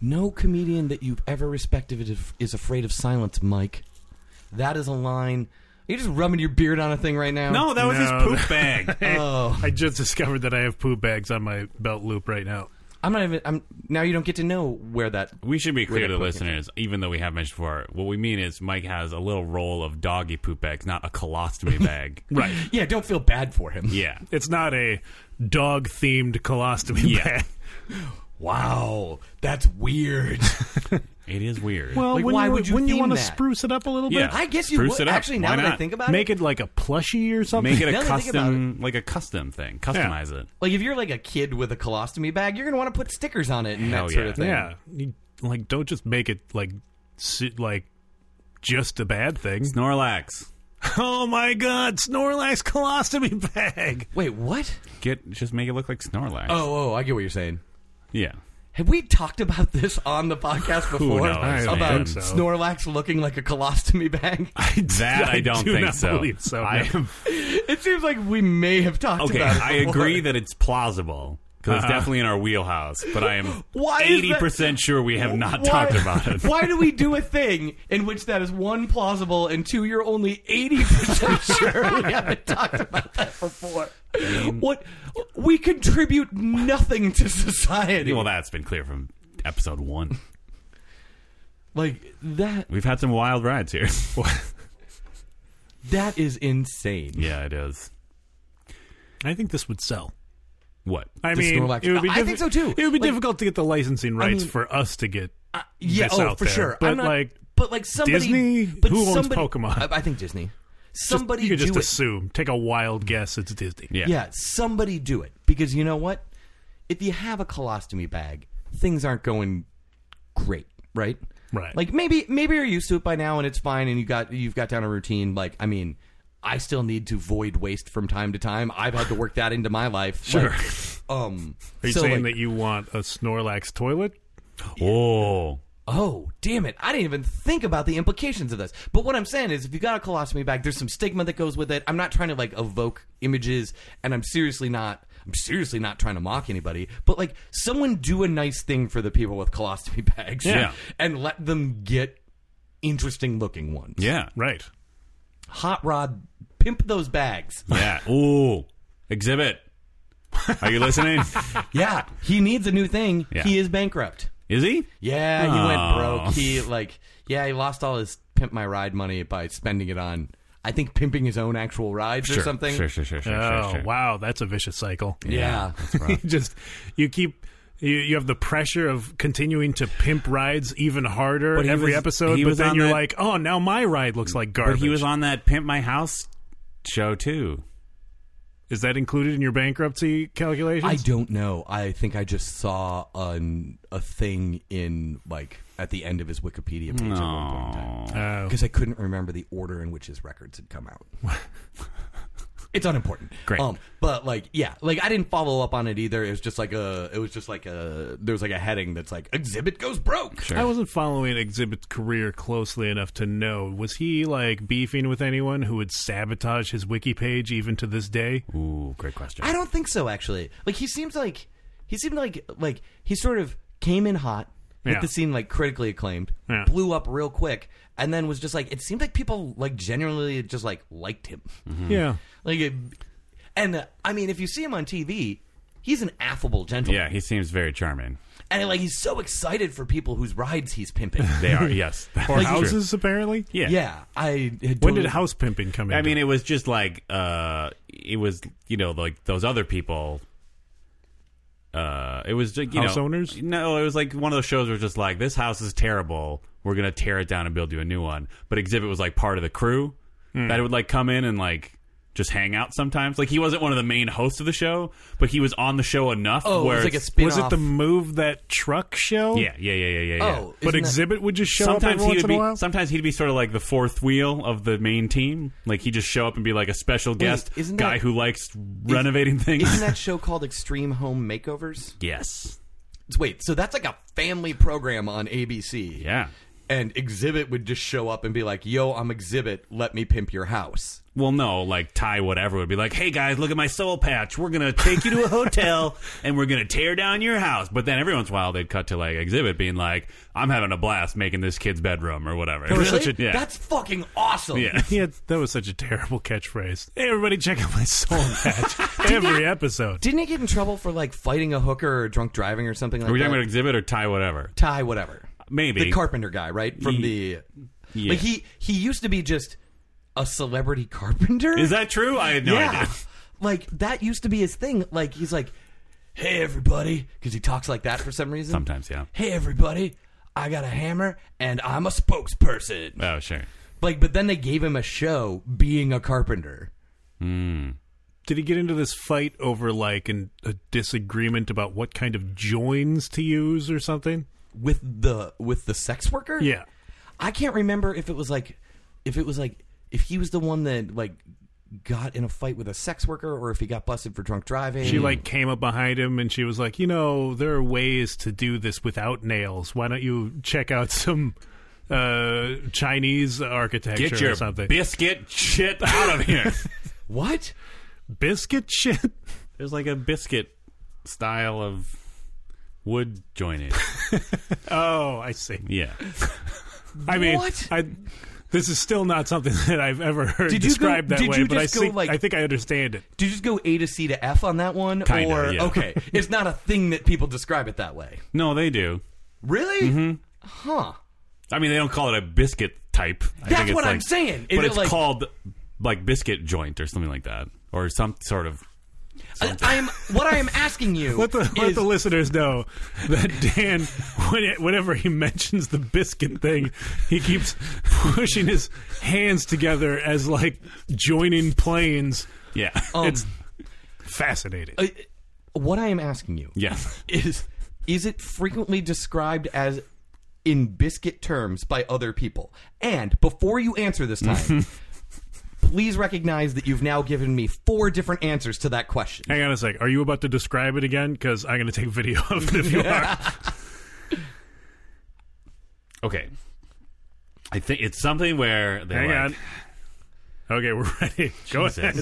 B: no comedian that you've ever respected is afraid of silence, Mike. That is a line. Are you just rubbing your beard on a thing right now?
C: No, that was
A: No.
C: his poop [laughs] bag.
B: Oh,
A: I just discovered that I have poo bags on my belt loop right now.
B: I'm not even. I'm now. You don't get to know where that.
C: We should be
B: We're
C: clear to
B: gonna
C: the
B: put it in.
C: listeners, even though we have mentioned before, what we mean is Mike has a little roll of doggy poop bags, not a [laughs] colostomy bag.
A: Right.
B: Yeah, don't feel bad for him.
C: Yeah.
A: It's not a dog themed colostomy
C: Yeah.
A: bag.
B: [laughs] Wow, that's weird.
C: It is weird.
A: Well,
B: Like,
A: wouldn't
B: why
A: you,
B: would you
A: wouldn't you
B: theme
A: want to
B: that?
A: spruce it up a little bit?
C: Yeah.
B: I guess you
C: Spruce
B: would.
C: it up.
B: Actually, now
C: Why
B: that I
C: not?
B: think about
A: Make it
B: it,
A: like a plushie or something.
C: make it a
B: Now that I think about
C: custom, like a custom thing, customize it.
B: like if you're like a kid with a colostomy bag, you're gonna want to put stickers on it and
C: Hell
B: that sort
C: yeah.
B: of thing.
A: Yeah, you, like don't just make it like si- like just a bad thing.
C: Snorlax,
A: Oh my God, Snorlax colostomy [laughs] bag.
B: Wait, what?
C: get just make it look like Snorlax.
B: Oh, oh, I get what you're saying.
C: yeah.
B: Have we talked about this on the podcast before?
C: knows, I
B: about
C: don't
A: think so.
B: Snorlax looking like a colostomy bag? [laughs]
C: That I, don't
A: do
C: think
A: not
C: so.
A: believe so,
C: I
A: no.
C: am
B: it seems like we may have talked
C: okay.
B: about it.
C: I
B: before.
C: agree that it's plausible because it's
A: Uh-huh.
C: definitely in our wheelhouse. But I am
B: [laughs] Why is that-
C: eighty percent sure we have not
B: Why-
C: talked
B: [laughs]
C: about it.
B: Why do we do a thing in which that is one plausible and two you're only eighty percent [laughs] sure we haven't talked about that before?
C: Mm.
B: What we contribute nothing to society.
C: Well, that's been clear from episode one.
B: like that
C: We've had some wild
B: [laughs]
C: rides here.
B: that is insane.
C: yeah, it is.
A: I think this would sell.
C: What?
A: I
B: The
A: mean,
B: Snorlax-
A: it would be
B: I
A: diffi-
B: think so, too.
A: It would be
B: Like-
A: difficult to get the licensing rights
B: mean-
A: for us to get.
B: yeah,
A: this
B: oh,
A: out
B: for
A: there.
B: sure.
A: But,
B: I'm not-
A: like,
B: but like somebody,
A: Disney?
B: but
A: Who owns
B: somebody,
A: Pokemon?
B: I, I think Disney.
A: Just,
B: Somebody
A: you could just
B: do it.
A: assume, take a wild guess. It's Disney.
C: Yeah.
B: Yeah, somebody do it because you know what? If you have a colostomy bag, things aren't going great, right?
A: Right.
B: Like maybe maybe you're used to it by now and it's fine and you got you've got down a routine. Like I mean, I still need to void waste from time to time. I've had to work that into my life. Sure. um.
A: Are you
B: so,
A: saying
B: like,
A: that you want a Snorlax toilet?
C: Oh.
B: Oh, damn it. I didn't even think about the implications of this. But what I'm saying is, if you got a colostomy bag, there's some stigma that goes with it. I'm not trying to like evoke images, and I'm seriously not. I'm seriously not trying to mock anybody, but like someone do a nice thing for the people with colostomy [laughs] bags,
C: Yeah.
B: and let them get interesting looking ones.
C: Yeah.
A: Right.
B: Hot rod, pimp those bags.
C: Yeah. Ooh. Exhibit. Are you listening?
B: [laughs] yeah, he needs a new thing.
C: Yeah.
B: He is bankrupt.
C: Is he?
B: Yeah, he
C: Aw.
B: went broke. He like yeah, he lost all his pimp my ride money by spending it on I think pimping his own actual rides or something.
C: Sure, sure, sure, sure,
A: Oh
C: sure, sure.
A: wow, that's a vicious cycle.
B: Yeah.
A: [laughs]
B: [laughs]
A: you just you keep you, you have the pressure of continuing to pimp rides even harder
C: But he
A: every
C: was-
A: episode,
C: he
A: but
C: was
A: then
C: on
A: you're
C: that-
A: like, oh, now my ride looks like
C: But
A: garbage.
C: he was on that Pimp My House show too.
A: Is that included in your bankruptcy calculations?
B: I don't know. I think I just saw an, a thing in like at the end of his Wikipedia page at one point in time
C: Oh.
A: Oh.
B: because I couldn't remember the order in which his records had come out.
C: [laughs]
B: it's unimportant.
C: Great.
B: Um, but like, yeah, like I didn't follow up on it either. It was just like a, it was just like a, there was like a heading that's like exhibit goes broke.
C: Sure.
A: I wasn't following Exhibit's career closely enough to know. Was he like beefing with anyone who would sabotage his wiki page even to this day?
C: Ooh, great question.
B: I don't think so. Actually, like he seems like he seemed like like he sort of came in hot, hit
A: Yeah.
B: the scene like critically acclaimed,
A: Yeah.
B: blew up real quick, and then was just like it seemed like people like genuinely just like liked him.
C: Mm-hmm.
A: Yeah.
B: Like, it, and uh, I mean, if you see him on TV, he's an affable gentleman,
C: Yeah, he seems very charming.
B: and like he's so excited for people whose rides he's pimping.
C: They are, yes.
A: Or
C: That's true.
A: houses apparently?
C: Yeah.
B: yeah, I had
A: When did
B: totally-
A: house pimping come in?
C: I mean, it was just like uh, it was, you know, like those other people. Uh, it was just, you
A: House
C: know,
A: owners?
C: No, it was like one of those shows where it's just like this house is terrible. We're gonna tear it down and build you a new one. But Exhibit was like part of the crew
A: Hmm.
C: that would like come in and like just hang out sometimes. Like he wasn't one of the main hosts of the show, but he was on the show enough.
B: Oh,
C: where
B: it was like a
C: it's-
B: spin
A: was it the move that truck show?
C: yeah, yeah, yeah, yeah, yeah. yeah.
B: Oh,
A: But
B: isn't that-
A: Exhibit would just show up
C: sometimes
A: every
C: he
A: once
C: would
A: in a
C: be
A: while?
C: sometimes he'd be sort of like the fourth wheel of the main team. Like he'd just show up and be like a special guest
B: isn't
C: guy
B: that-
C: who likes renovating things.
B: Isn't that show called Extreme Home Makeovers?
C: [laughs] yes.
B: Wait, so that's like a family program on ABC.
C: Yeah.
B: and Exhibit would just show up and be like, "Yo, I'm Exhibit. Let me pimp your house."
C: Well, no, like Ty whatever would be like, "Hey guys, look at my soul patch. We're gonna take you to a hotel and we're gonna tear down your house." But then every once in a while they'd cut to like exhibit being like, "I'm having a blast making this kid's bedroom or whatever." It was such a- [laughs] yeah.
B: Oh, That's fucking awesome.
C: yeah.
A: [laughs] Yeah, that was such a terrible catchphrase. Hey, everybody, check out my soul
C: [laughs]
A: patch every episode.
B: Didn't he get in trouble for like fighting a hooker or drunk driving or something like
C: Are we
B: that?
C: talking about exhibit or Ty whatever?
B: Ty, whatever.
C: Maybe.
B: The carpenter guy, right? From the
C: Yeah.
B: like he he used to be just a celebrity carpenter.
C: Is that true? I had no
B: yeah.
C: idea.
B: [laughs] Like that used to be his thing. Like he's like, "Hey everybody," because he talks like that for some reason.
C: Sometimes, yeah.
B: Hey everybody, I got a hammer and I'm a spokesperson.
C: Oh, sure.
B: Like, but then they gave him a show being a carpenter.
A: Did he get into this fight over like an, a disagreement about what kind of joins to use or something?
B: with the with the sex worker.
A: Yeah.
B: I can't remember if it was like if it was like if he was the one that like got in a fight with a sex worker or if he got busted for drunk driving.
C: Hmm.
A: She like came up behind him and she was like, you know, there are ways to do this without nails. Why don't you check out some uh, Chinese architecture
C: Get
A: or
C: your
A: something?
C: biscuit shit out of here.
B: what?
A: Biscuit shit.
C: [laughs]
A: [laughs]
C: There's like a biscuit style of wood joining.
A: Oh, I see.
C: Yeah.
A: I mean,
B: What?
A: I, this is still not something [laughs] that I've ever heard
B: Did you go-
A: described that
B: did
A: way,
B: you
A: but I
B: just go,
A: think,
B: like-
A: I think I understand it.
B: Did you just go A to C to F on that one?
C: Kinda,
B: or
A: [laughs]
C: yeah.
B: okay, it's not a thing that people describe it that way.
C: No, they do.
B: Really?
A: Mm-hmm.
B: Huh.
C: I mean, they don't call it a biscuit type. I
B: That's
C: think it's
B: what I'm
C: like-
B: saying. Is it
C: But it's
B: like-
C: called like biscuit joint or something like that, or some sort of.
B: I, I'm what I am
A: [laughs]
B: asking you.
A: Let the let
B: is-
A: the listeners know that Dan, [laughs] when it- whenever he mentions the biscuit thing, he keeps pushing his hands together as like joining planes.
C: Yeah.
B: um,
A: it's fascinating.
B: uh, what I am asking you
C: [laughs] yeah.
B: is is it frequently described as in biscuit terms by other people? And before you answer this
C: [laughs]
B: time, please recognize that you've now given me four different answers to that question.
A: Hang on a sec. Are you about to describe it again? Because I'm going to take video of it if you are.
C: Okay. I think it's something where they're
A: Hang
C: like,
A: on. Okay, we're [laughs] ready. Go ahead.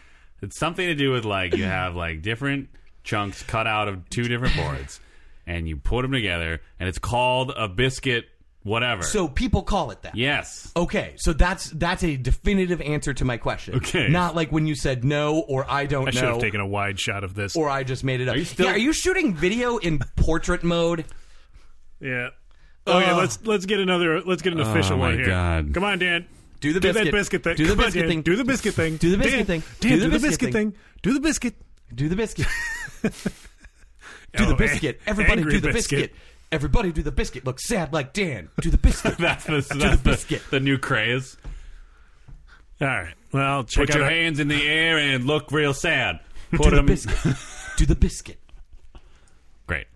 B: [laughs]
C: it's something to do with like you have like different chunks cut out of two different boards, and you put them together, and it's called a biscuit, whatever.
B: So Oh. people call it that.
C: yes,
B: Okay, so that's that's a definitive answer to my question.
C: Okay.
B: Not like when you said no or I don't
A: I should
B: know
A: have taken a wide shot of this.
B: or I just made it up.
C: Are you still-
B: yeah, are you shooting video in portrait mode?
A: Yeah. Okay,
B: Ugh. Oh,
A: let's let's get another let's get an official
C: my
A: one here.
C: God.
A: Come on, Dan.
B: Do the
A: Do that
B: biscuit.
A: biscuit thing.
B: Do the
A: Come on,
B: biscuit
A: Dan.
B: thing.
A: Do the biscuit thing.
B: Do the biscuit
A: Dan.
B: thing.
A: Dan, do, the, biscuit thing. Do the biscuit.
B: Do the biscuit. Do
A: Oh,
B: the biscuit.
A: a-
B: Everybody
A: angry
B: do the biscuit. Everybody do the biscuit. Look sad like Dan. Do the biscuit. [laughs]
C: that's the, that's
B: the
C: the,
B: biscuit.
C: the new craze.
A: All right. Well, check
C: Put your
A: out. our-
C: hands in the air and look real sad. Put
B: do the
C: them.
B: biscuit. do the biscuit.
C: Great.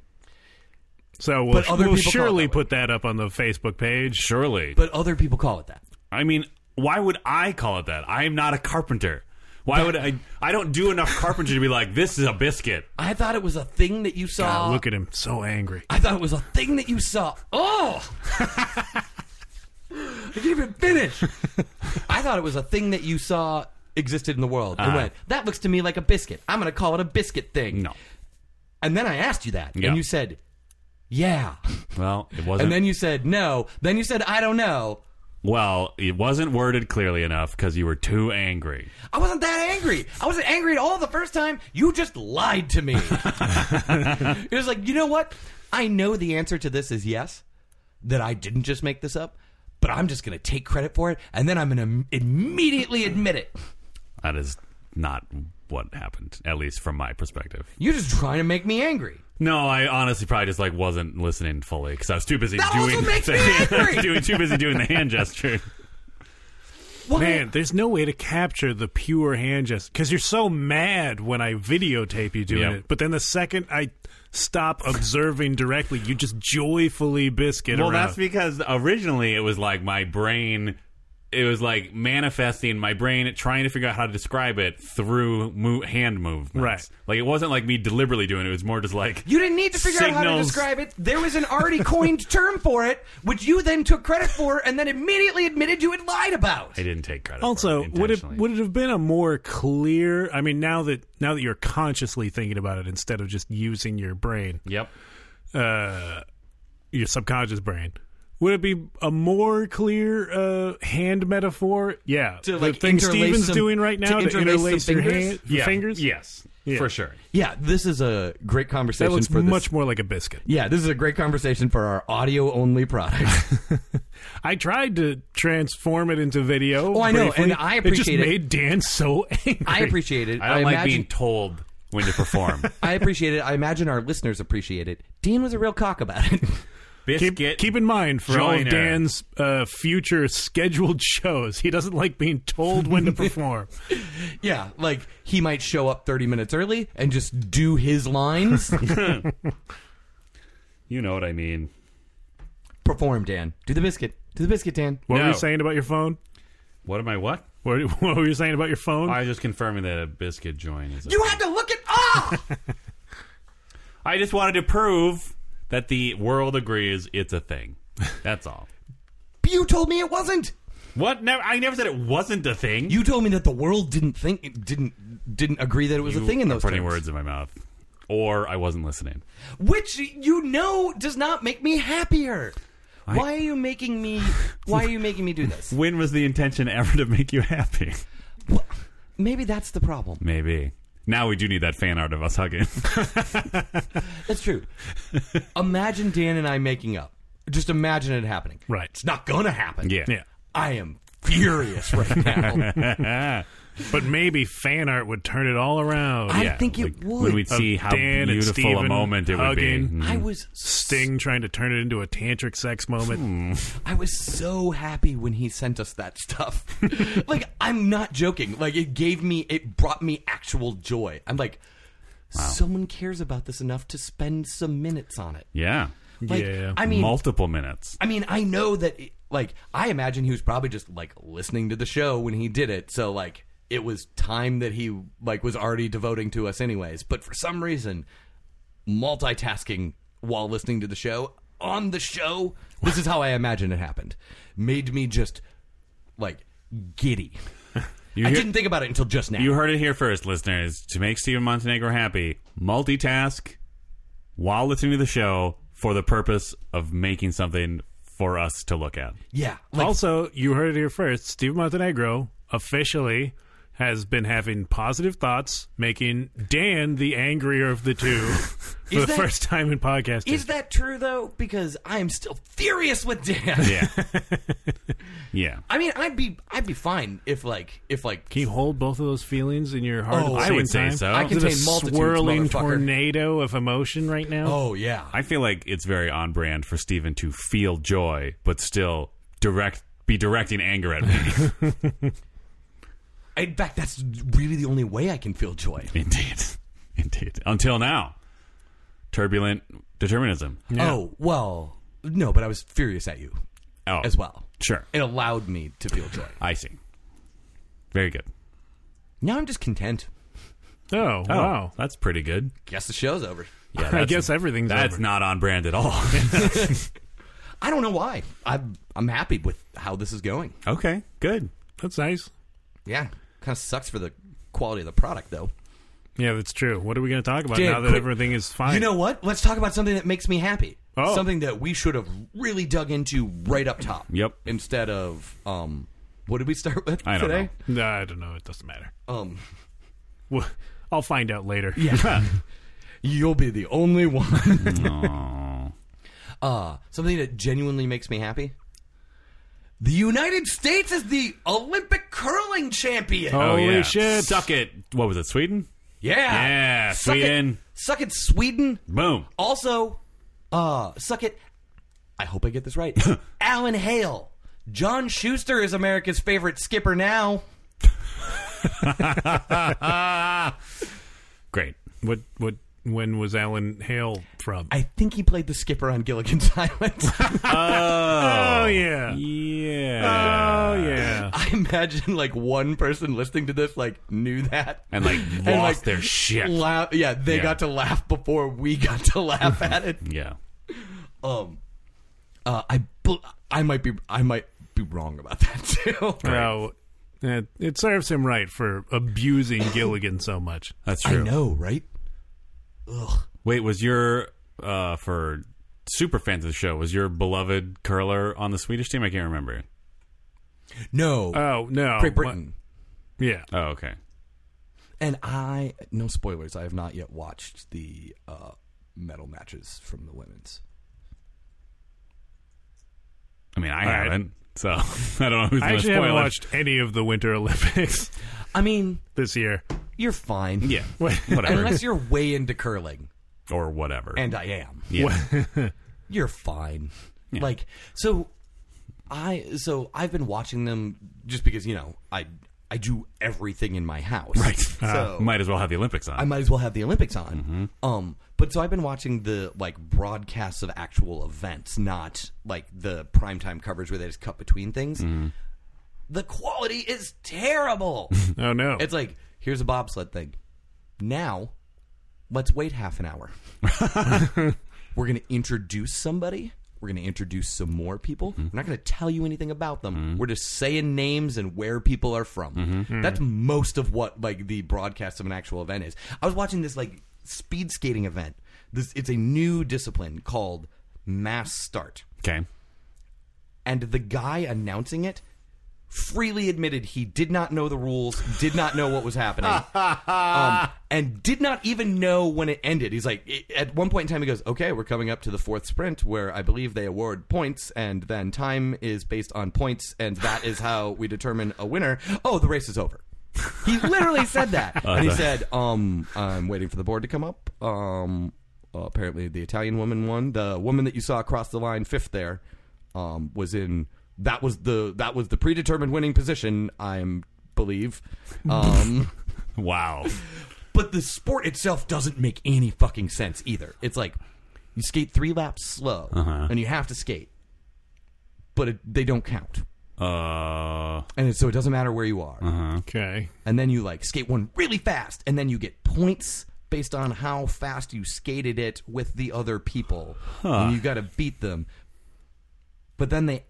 A: So we'll,
B: But other
A: we'll
B: people call it
A: surely
B: that way.
A: put that up on the Facebook page.
C: Surely.
B: But other people call it that.
C: I mean, why would I call it that? I am not a carpenter. Why would I? I don't do enough carpentry to be like, this is a biscuit.
B: I thought it was a thing that you saw.
A: God, look at him, so angry.
B: I thought it was a thing that you saw. Oh! I can't even finish. I thought it was a thing that you saw existed in the world. and went, that looks to me like a biscuit. I'm going to call it a biscuit thing.
C: No.
B: And then I asked you that.
C: Yeah.
B: And you said, yeah.
C: Well, it wasn't.
B: And then you said, no. Then you said, I don't know.
C: well, it wasn't worded clearly enough because you were too angry.
B: I wasn't that angry. I wasn't angry at all the first time. You just lied to me. [laughs] it was like, you know what? I know the answer to this is yes, that I didn't just make this up, but I'm just going to take credit for it, and then I'm going to immediately admit it.
C: That is not what happened, at least from my perspective.
B: You're just trying to make me angry.
C: No, I honestly probably just like wasn't listening fully because I was too busy
B: That
C: doing
B: also makes me angry!
C: [laughs] doing too busy doing the hand gesture.
B: What?
A: Man, there's no way to capture the pure hand gesture because you're so mad when I videotape you doing
C: Yep.
A: it. But then the second I stop observing directly, you just joyfully biscuit
C: Well,
A: around.
C: that's because originally it was like my brain. It was like manifesting my brain trying to figure out how to describe it through mo- hand movements.
A: Right.
C: Like it wasn't like me deliberately doing it. It was more just like
B: You didn't need to figure out how to
C: Signals.
B: describe it. There was an already coined term for it, which you then took credit for and then immediately admitted you had lied about.
C: I didn't take credit.
A: Also,
C: for it
A: would it
C: intentionally.
A: would it have been a more clear? I mean, now that now that you're consciously thinking about it instead of just using your brain,
C: Yep.
A: your subconscious brain, would it be a more clear uh, hand metaphor? Yeah,
B: To,
A: the
B: like,
A: thing
B: interlace
A: Steven's
B: some-
A: doing right
B: to
A: now to
B: interlace some
A: interlace your,
B: fingers?
A: hand, your
C: Yeah.
A: fingers.
C: Yes.
A: Yeah.
C: For sure.
B: Yeah, this is a great conversation
A: that looks
B: for this.
A: much more like a biscuit.
B: Yeah, this is a great conversation for our audio only product.
C: [laughs]
A: I tried to transform it into video.
B: Oh, I know,
A: briefly.
B: and
A: it.
B: I
A: Just
B: appreciate it.
A: made Dan so [laughs] angry.
B: I appreciate it.
C: I don't like
B: imagine, [laughs]
C: being told when to perform.
A: [laughs]
B: I appreciate it. [laughs] I imagine our listeners appreciate it. Dan was a real cock about it.
A: Keep,
C: Biscuit.
A: keep in mind for all of
C: Joyner.
A: Dan's uh, future scheduled [laughs] shows, he doesn't like being told when
B: [laughs]
A: to perform.
B: Yeah, like he might show up 30 minutes early and just do his lines. [laughs]
C: you know what I mean.
B: Perform, Dan. Do the biscuit. Do the biscuit, Dan.
A: What were
C: No.
A: you saying about your phone?
C: What am I? What?
A: What, [laughs] what were you saying about your phone?
C: I was just confirming that a biscuit joint is. A-
B: You had to look it up.
C: I just wanted to prove that the world agrees it's a thing. That's all.
B: But [laughs] you told me it wasn't.
C: what? Never. I never said it wasn't a thing.
B: You told me that the world didn't think didn't didn't agree that it was a thing in
C: are
B: those
C: putting
B: terms.
C: words in my mouth, or I wasn't listening.
B: which you know does not make me happier. why are you making me? Why are you making me do this?
C: When was the intention ever to make you happy? [laughs]
B: Wha- Maybe that's the problem.
C: Maybe. Now we do need that fan art of us hugging.
B: That's true. Imagine Dan and I making up. Just imagine it happening.
A: Right.
B: It's not gonna happen.
C: Yeah.
A: yeah.
B: I am furious right now.
A: But maybe fan art would turn it all around.
B: I
C: Yeah,
B: think it
C: like,
B: would.
C: When we'd
A: Of
C: see how
A: Dan and
C: beautiful a
A: Steven
C: moment it would be.
A: hugging.
C: Mhm.
B: I was s-
A: Sting trying to turn it into a tantric sex
B: Hmm.
A: moment.
B: I was so happy when he sent us that stuff. like I'm not joking. Like it gave me it brought me actual joy. I'm like someone cares about this enough to spend some minutes on it.
C: Yeah.
B: Like
A: Yeah.
B: I mean
C: Multiple minutes.
B: I mean, I know that, it- like, I imagine he was probably just like listening to the show when he did it. So like, it was time that he like was already devoting to us, anyways. But for some reason, multitasking while listening to the show on the show. This is how I imagine it happened. Made me just like giddy.
C: [laughs] You,
B: I
C: hear-
B: didn't think about it until just now.
C: you heard it here first, listeners. To make Steven Montenegro happy, multitask while listening to the show for the purpose of making something for us to look at.
B: yeah. Like,
A: also, you heard it here first. Steve Montenegro officially has been having positive thoughts, making Dan the angrier of the
B: [laughs]
A: two for
B: Is
A: the
B: that-
A: first time in podcasting.
B: is that true though? Because I am still furious with Dan.
C: Yeah. yeah.
B: [laughs] I mean, I'd be I'd be fine if like if like
A: Can you hold both of those feelings in your heart? at
B: Oh,
A: the
B: I
A: same
C: would say
A: time?
C: so. I
A: Is it a
B: contain multitudes,
A: swirling
B: motherfucker.
A: tornado of emotion right now.
B: Oh yeah.
C: I feel like it's very on brand for Steven to feel joy, but still direct be directing anger at me. [laughs]
B: In fact, that's really the only way I can feel joy.
C: Indeed. Indeed. Until now. Turbulent determinism.
B: Oh well, no, but I was furious at you
C: Oh.
B: as well.
C: Sure.
B: It allowed me to feel joy.
C: I see. Very good.
B: Now I'm just content.
A: Oh, wow!
C: That's pretty good.
B: Guess the show's over.
C: Yeah,
A: I
C: that's-
A: guess everything's
C: that's
A: over.
C: not on brand at
A: [laughs]
C: all.
B: I don't know why. I'm I'm happy with how this is going.
C: okay, good.
A: That's nice.
B: Yeah, kind of sucks for the quality of the product though.
A: Yeah, that's true. What are we going to talk about
B: Dan,
A: now that
B: quick-
A: everything is fine?
B: You know what? Let's talk about something that makes me happy.
A: Oh.
B: Something that we should have really dug into right up top.
C: Yep.
B: Instead of um, what did we start with
C: I don't
B: today?
C: know.
A: No, I don't know. It doesn't matter.
B: Um,
A: Well, [laughs] I'll find out later.
B: yeah. You'll be the only one.
C: [laughs] Oh.
B: [laughs] Uh, something that genuinely makes me happy. The United States is the Olympic curling champion.
A: Oh, Holy
C: yeah.
A: shit.
C: Suck it. What was it? Sweden?
B: yeah.
C: Yeah,
B: Suck
C: Sweden.
B: It, suck it, Sweden.
C: Boom.
B: Also, uh, suck it. I hope I get this
C: [laughs]
B: right. Alan Hale. John Schuster is America's favorite skipper now.
C: Great.
A: [laughs] What? What? When was Alan Hale from? Uh,
B: I think he played the skipper on Gilligan's [laughs] Island.
A: [laughs] oh yeah.
C: Yeah.
A: Oh yeah.
B: I imagine like one person listening to this like knew that [laughs]
C: And like lost
B: like,
C: their shit.
B: laugh. Yeah, they
C: Yeah.
B: got to laugh before we got to laugh at
C: [laughs]
B: it.
C: yeah.
B: Um, uh, I bel- I might be I might be wrong about that [laughs] too.
A: Well, it, it serves him right for abusing Gilligan so much.
C: That's
B: I
C: true.
B: know, right?
C: Wait, was your uh for super fans of the show, was your beloved curler on the Swedish team? I can't remember.
B: No,
C: Uh,
A: Oh no,
B: Great Britain.
A: What- Yeah.
C: Oh, okay.
B: And I no spoilers. I have not yet watched the uh, medal matches from the women's.
C: I mean I
A: All right.
C: haven't. So [laughs] I don't know who's
A: I
C: gonna
A: actually
C: spoil
A: haven't
C: it.
A: watched any of the Winter Olympics [laughs]
B: I mean,
A: this year.
B: you're fine.
A: [laughs]
C: Yeah. Whatever.
B: Unless you're way into curling,
C: or whatever.
B: and I am.
C: yeah.
B: you're fine. Like so I so I've been watching them just because, you know, I I do everything in my house. Right.
A: oh.
B: So
C: Might as well have the Olympics on.
B: I might as well have the Olympics on. Um, but so I've been watching the like broadcasts of actual events, not like the primetime coverage where they just cut between things. The quality is terrible. [laughs]
A: Oh no!
B: it's like here's a bobsled thing. Now, let's wait half an hour. We're going to introduce somebody. We're going to introduce some more people. We're not going to tell you anything about them. We're just saying names and where people are from. That's most of what like the broadcast of an actual event is. I was watching this like speed skating event. This it's a new discipline called mass start
C: okay.
B: and the guy announcing it freely admitted he did not know the rules, did not know what was happening, um, and did not even know when it ended. He's like, it- at one point in time, he goes, "Okay, we're coming up to the fourth sprint, where I believe they award points, and then time is based on points, and that is how we determine a winner." Oh, the race is over. He literally said that, and he said, "Um, I'm waiting for the board to come up. Um, uh, apparently the Italian woman won. The woman that you saw across the line, fifth there, um, was in that was the that was the predetermined winning position. I'm believe, um,
A: [laughs]
C: Wow.
B: but the sport itself doesn't make any fucking sense either. It's like you skate three laps slow, and you have to skate, but it, they don't count,
C: Uh,
B: and it, so it doesn't matter where you are.
A: okay.
B: and then you like skate one really fast, and then you get points based on how fast you skated it with the other people, and you got to beat them. But then they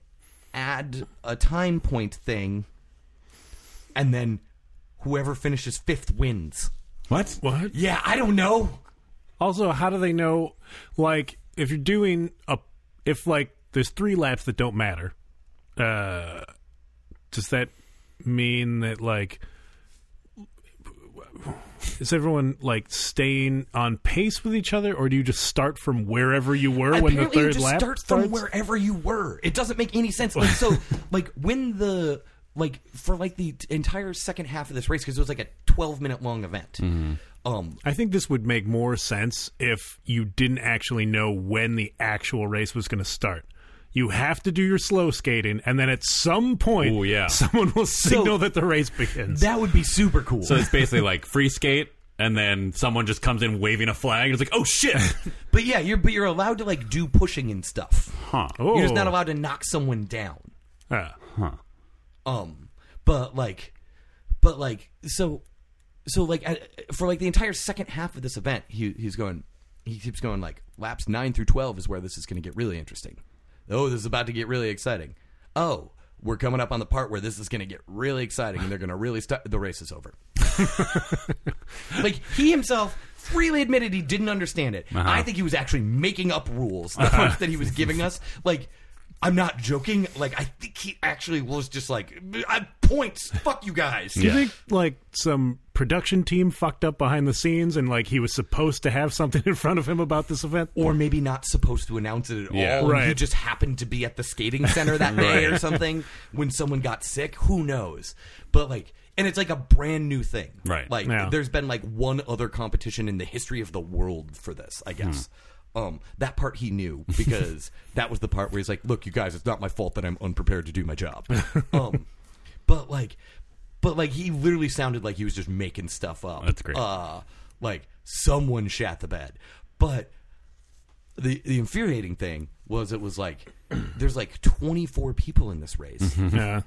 B: add a time point thing, and then whoever finishes fifth wins.
C: what?
A: What?
B: Yeah, I don't know.
A: Also, how do they know? Like, if you're doing a, if like there's three laps that don't matter, uh, does that mean that like is everyone like staying on pace with each other, or do you just start from wherever you were when the
B: Apparently
A: third
B: you just
A: lap
B: start
A: starts?
B: from wherever you were. It doesn't make any sense.
A: [laughs]
B: Like so, like when the like for like the entire second half of this race because it was like a twelve minute long event.
A: Mm-hmm.
B: Um,
A: I think this would make more sense if you didn't actually know when the actual race was going to start. You have to do your slow skating, and then at some point,
C: Ooh, yeah.
A: someone will signal that the race begins.
B: That would be super cool.
C: So it's basically like free skate, and then someone just comes in waving a flag, and it's like, oh shit.
B: but yeah, you're but you're allowed to like do pushing and stuff.
C: Huh.
A: Oh.
B: You're just not allowed to knock someone down.
A: Ah.
B: Um, but like, but like, so, so like I, for like the entire second half of this event, he he's going, he keeps going like laps nine through twelve is where this is going to get really interesting. Oh, this is about to get really exciting. Oh, we're coming up on the part where this is going to get really exciting, and they're going to really start. The race is over. like he himself freely admitted he didn't understand it. I think he was actually making up rules. The parts that he was giving us, like I'm not joking. Like I think he actually was just like I, points. Fuck you guys.
A: Do you think like some production team fucked up behind the scenes, and like he was supposed to have something in front of him about this event?
B: Or maybe not supposed to announce it at
C: Yeah.
B: all. and He
A: Right.
B: just happened to be at the skating center that day or something when someone got sick. Who knows? But like, and it's like a brand new thing.
C: Right.
B: Like,
A: Yeah.
B: there's been like one other competition in the history of the world for this,
C: Hmm.
B: I guess. Um, that part he
C: [laughs]
B: knew because that was the part where he's like, "Look, you guys, it's not my fault that I'm unprepared to do my
C: [laughs]
B: job." um, but like, but like, he literally sounded like he was just making stuff up.
C: That's great.
B: Uh, like someone shat the bed, but the the infuriating thing was it was like [clears throat] there's like 24 people in this race
C: Mm-hmm.
A: Yeah.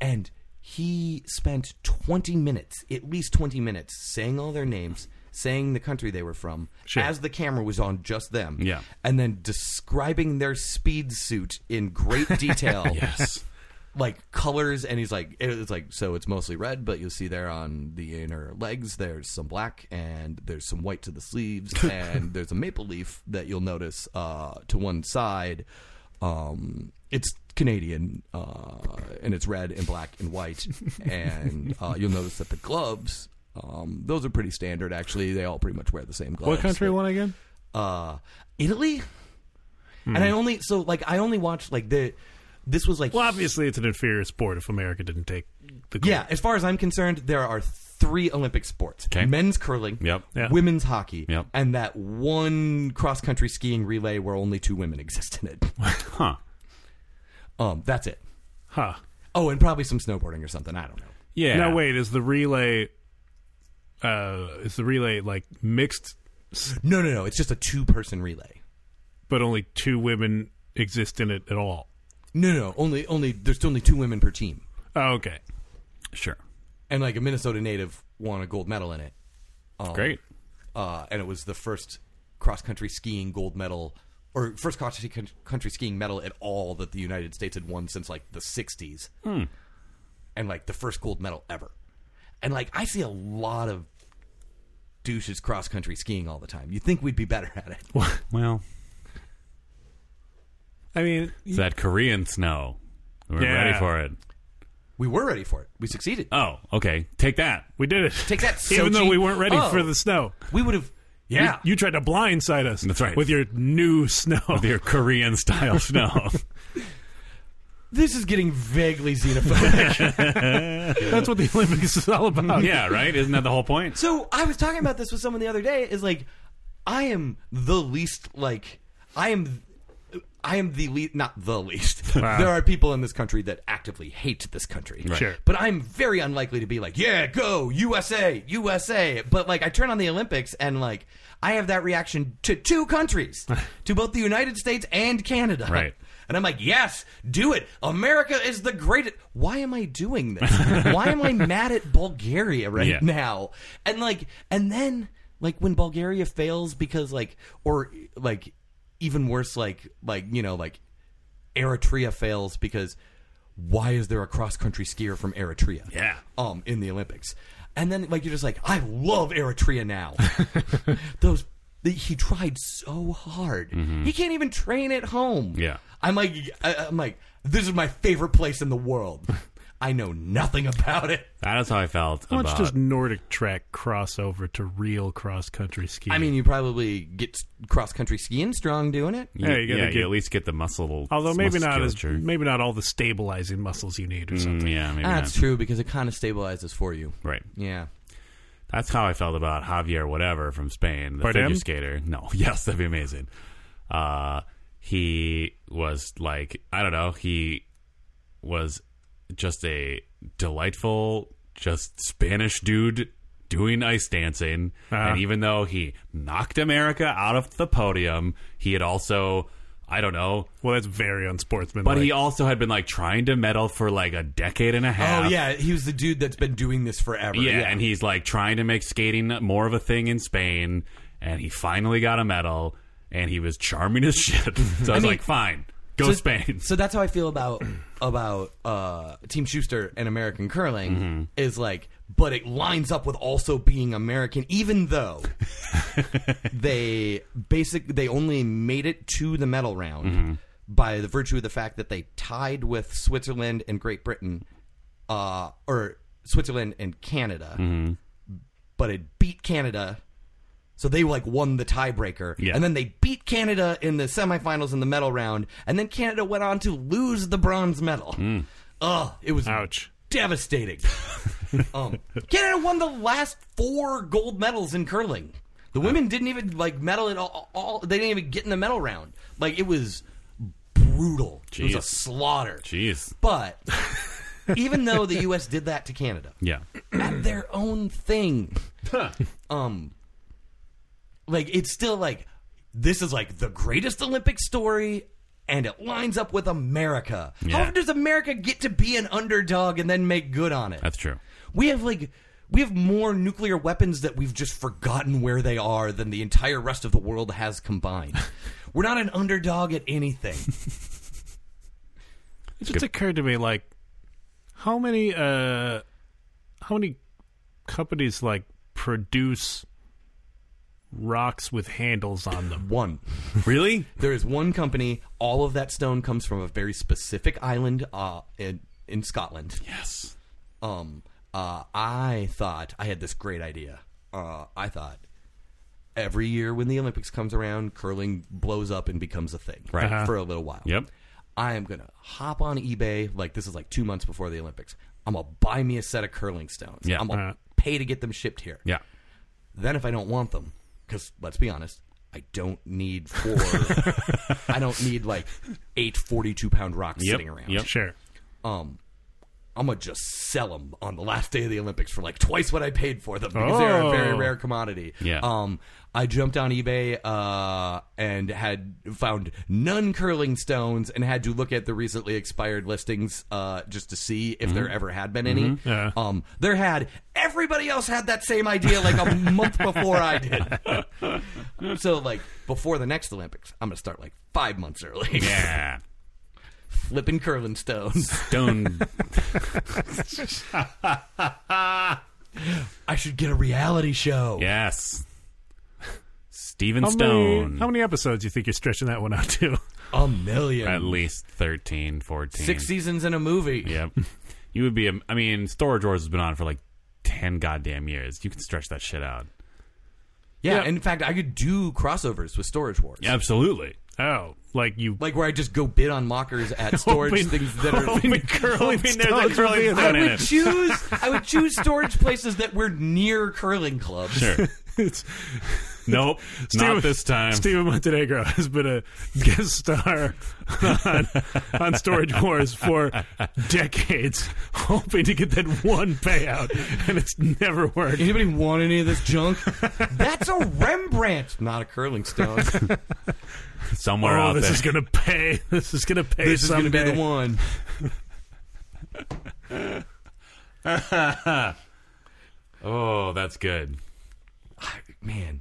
B: and he spent 20 minutes at least 20 minutes saying all their names saying the country they were from as the camera was on just them
C: Yeah.
B: and then describing their speed suit
A: [laughs]
B: in great detail
C: Yes.
B: like colors and he's like it- it's like so it's mostly red but you'll see there on the inner legs there's some black and there's some white to
A: [laughs]
B: the sleeves and there's a maple leaf that you'll notice uh, to one side um, it's canadian uh, and it's red and black and
A: [laughs]
B: white and uh, you'll notice that the gloves um, those are pretty standard actually they all pretty much wear the same gloves
A: What country won again?
B: uh, Italy. And
C: Hmm.
B: I only so like I only watched like the this was like
A: Well, obviously, it's an inferior sport if America didn't take the gold.
B: yeah. As far as I'm concerned, there are three Olympic sports:
C: Okay.
B: men's curling,
C: Yep.
A: Yeah.
B: women's hockey,
C: Yep.
B: and that one cross-country skiing relay where only two women exist in it.
C: [laughs] Huh.
B: Um, that's it.
A: Huh.
B: Oh, and probably some snowboarding or something. I don't know.
C: Yeah.
A: Now wait, is the relay? Uh, is the relay like mixed,
B: No, no, no. It's just a two-person relay.
A: but only two women exist in it at all?
B: No, no. Only, only. There's only two women per team,
A: Oh, okay.
C: Sure.
B: and like a Minnesota native won a gold medal in it. Um,
C: Great.
B: uh, and it was the first cross-country skiing gold medal or first cross-country skiing medal at all that the United States had won since like the 60s.
A: Hmm.
B: And like the first gold medal ever. And like I see a lot of douches cross-country skiing all the time. You think we'd be better at it.
C: Well,
A: I mean,
C: it's that Korean snow. We're
A: Yeah.
C: ready for it.
B: We were ready for it. We succeeded.
C: Oh, okay. Take [laughs] that.
A: we did it.
B: Take that,
A: Even though
B: Sochi.
A: we weren't ready
B: Oh.
A: for the snow.
B: We would have Yeah.
A: You, you tried to blindside us.
C: That's right.
A: With your new snow.
C: With your
A: [laughs]
C: Korean style snow.
B: this is getting vaguely xenophobic.
A: That's what the Olympics is all about.
C: yeah, right? Isn't that the whole point?
B: So I was talking about this with someone the other day. Is like, I am the least like I am. I am the least, not the least. There are people in this country that actively hate this country.
A: Sure.
B: But I'm very unlikely to be like, yeah, go, USA, USA. But like, I turn on the Olympics and like, I have that reaction to two
C: [laughs]
B: countries, to both the United States and Canada.
C: Right.
B: And I'm like, yes, do it. America is the greatest. Why am I doing
C: [laughs]
B: this? Why am I mad at Bulgaria right
C: Yeah.
B: now? And like, and then like when Bulgaria fails because like, or like, even worse, like like you know like, Eritrea fails because why is there a cross country skier from Eritrea?
C: Yeah.
B: um, in the Olympics. And then like you're just like, I love Eritrea
C: [laughs]
B: now. Those the, he tried so hard. He can't even train at home.
C: Mm-hmm. Yeah.
B: I'm like, I, I'm like, this is my favorite place in the
C: [laughs]
B: world. I know nothing about it.
C: That is how I felt
A: How much
C: about
A: does Nordic track cross over to real cross country skiing?
B: I mean, you probably get cross country skiing strong doing it.
C: you,
A: Yeah,
C: yeah,
A: you
C: you,
A: gotta get-
C: at least get the muscle.
A: although maybe not as
C: musculature.
A: maybe not all the stabilizing muscles you need or something.
C: Mm, yeah, maybe
B: That's
C: not.
B: true because it kind of stabilizes for you.
C: Right.
B: Yeah.
C: That's how I felt about Javier whatever from Spain, the
A: Bardem?
C: figure skater. [laughs] No, yes, that'd be amazing. Uh, he was like, I don't know, he was just a delightful, just Spanish dude doing ice dancing.
A: Uh-huh.
C: And even though he knocked America out of the podium, he had also, I don't know,
A: Well, that's very unsportsmanlike.
C: but he also had been like trying to medal for like a decade and a half.
B: Oh yeah, he was the dude that's been doing this forever.
C: Yeah, and he's like trying to make skating more of a thing in Spain, and he finally got a medal, and he was charming as [laughs] shit. so I was
B: mean-
C: like, fine, go
B: so,
C: Spain. [laughs]
B: So that's how I feel about [clears throat] about uh, Team Schuster and American curling
C: Mm-hmm.
B: is like, but it lines up with also being American, even
C: [laughs]
B: though they basic they only made it to the medal round
C: Mm-hmm.
B: by the virtue of the fact that they tied with Switzerland and Great Britain, uh, or Switzerland and Canada,
C: Mm-hmm.
B: but it beat Canada. So they like won the tiebreaker,
C: Yeah.
B: and then they beat Canada in the semifinals in the medal round, and then Canada went on to lose the bronze medal.
C: Mm.
B: Ugh, it was
A: ouch.
C: [laughs]
B: devastating. um, Canada won the last four gold medals in curling. The women didn't even like medal at all, all. They didn't even get in the medal round. Like it was brutal. It was a
C: Jeez.
B: slaughter.
C: Jeez. [laughs]
B: But even though the U.S. did that to Canada
C: Yeah.
B: at their own thing, um, like it's still like this is like the greatest Olympic story. And it lines up with America. How
C: Yeah.
B: often does America get to be an underdog and then make good on it?
C: That's true.
B: We have like we have more nuclear weapons that we've just forgotten where they are than the entire rest of the world has combined.
C: [laughs]
B: We're not an underdog at anything.
A: It just occurred to me, like, how many uh, how many companies like produce rocks with handles on
B: [sighs]
A: them?
B: one.
C: Really?
B: There is one company. All of that stone comes from a very specific island uh, in, in Scotland.
C: Yes.
B: um, uh, I thought I had this great idea. Uh, I thought every year when the Olympics comes around, curling blows up and becomes a thing
C: Right. Uh-huh.
B: for a little while.
C: Yep.
B: I am gonna hop on eBay like this is like two months before the Olympics. I'm gonna buy me a set of curling stones.
C: Yeah.
B: I'm gonna
A: Uh-huh.
B: pay to get them shipped here.
C: Yeah.
B: Then if I don't want them, because let's be honest, I don't need
C: [laughs]
B: four. I don't need like eight 42 pound rocks
C: Yep.
B: sitting around.
C: Yep.
A: Sure.
B: I'm gonna just sell them on the last day of the Olympics for like twice what I paid for them because they're a very
A: Oh.
B: rare commodity.
C: Yeah.
B: Um, I jumped on eBay uh, and had found none curling stones and had to look at the recently expired listings uh, just to see if there ever had been any.
A: Yeah.
B: Um, there had everybody else had that same idea like a month before I did. so like before the next Olympics, I'm gonna start like five months early, [laughs]
C: Yeah.
B: flipping curling stones.
A: [laughs]
C: Stone.
B: I should get a reality show.
C: yes. Steven
A: How
C: Stone.
A: many, how many episodes do you think you're stretching that one out to? [laughs]
B: A million.
C: At least 13, 14.
B: Six
A: e-
B: seasons in a movie.
C: Yep. You would be. am- I mean, Storage Wars has been on for like ten goddamn years. You can stretch that shit out.
B: Yeah,
A: Yeah.
B: in fact, I could do crossovers with Storage Wars.
C: Absolutely.
A: Oh, like you
B: Like where I just go bid on mockers
C: [laughs]
B: at storage
A: Hoping-
B: things that are. [laughs]
A: hoping curling
C: Hoping there's a
A: stones
C: curling
A: will be in
B: I
C: stone
A: it.
B: would choose. I would choose storage places that were near curling clubs.
C: Sure.
A: [laughs] It's-
C: nope.
A: [laughs] Steven-
C: not this time.
A: Steven Montenegro [laughs] has been a guest star on, on Storage Wars for decades, hoping to get that one payout, and it's never worked.
B: Anybody want any of this junk? That's a Rembrandt, not a curling
C: [laughs]
B: stone.
C: Somewhere
A: Oh,
C: out
A: this
C: there.
A: is gonna pay. This is gonna pay.
B: this is going to be
A: someday.
B: the one.
C: oh, that's good.
B: I- man,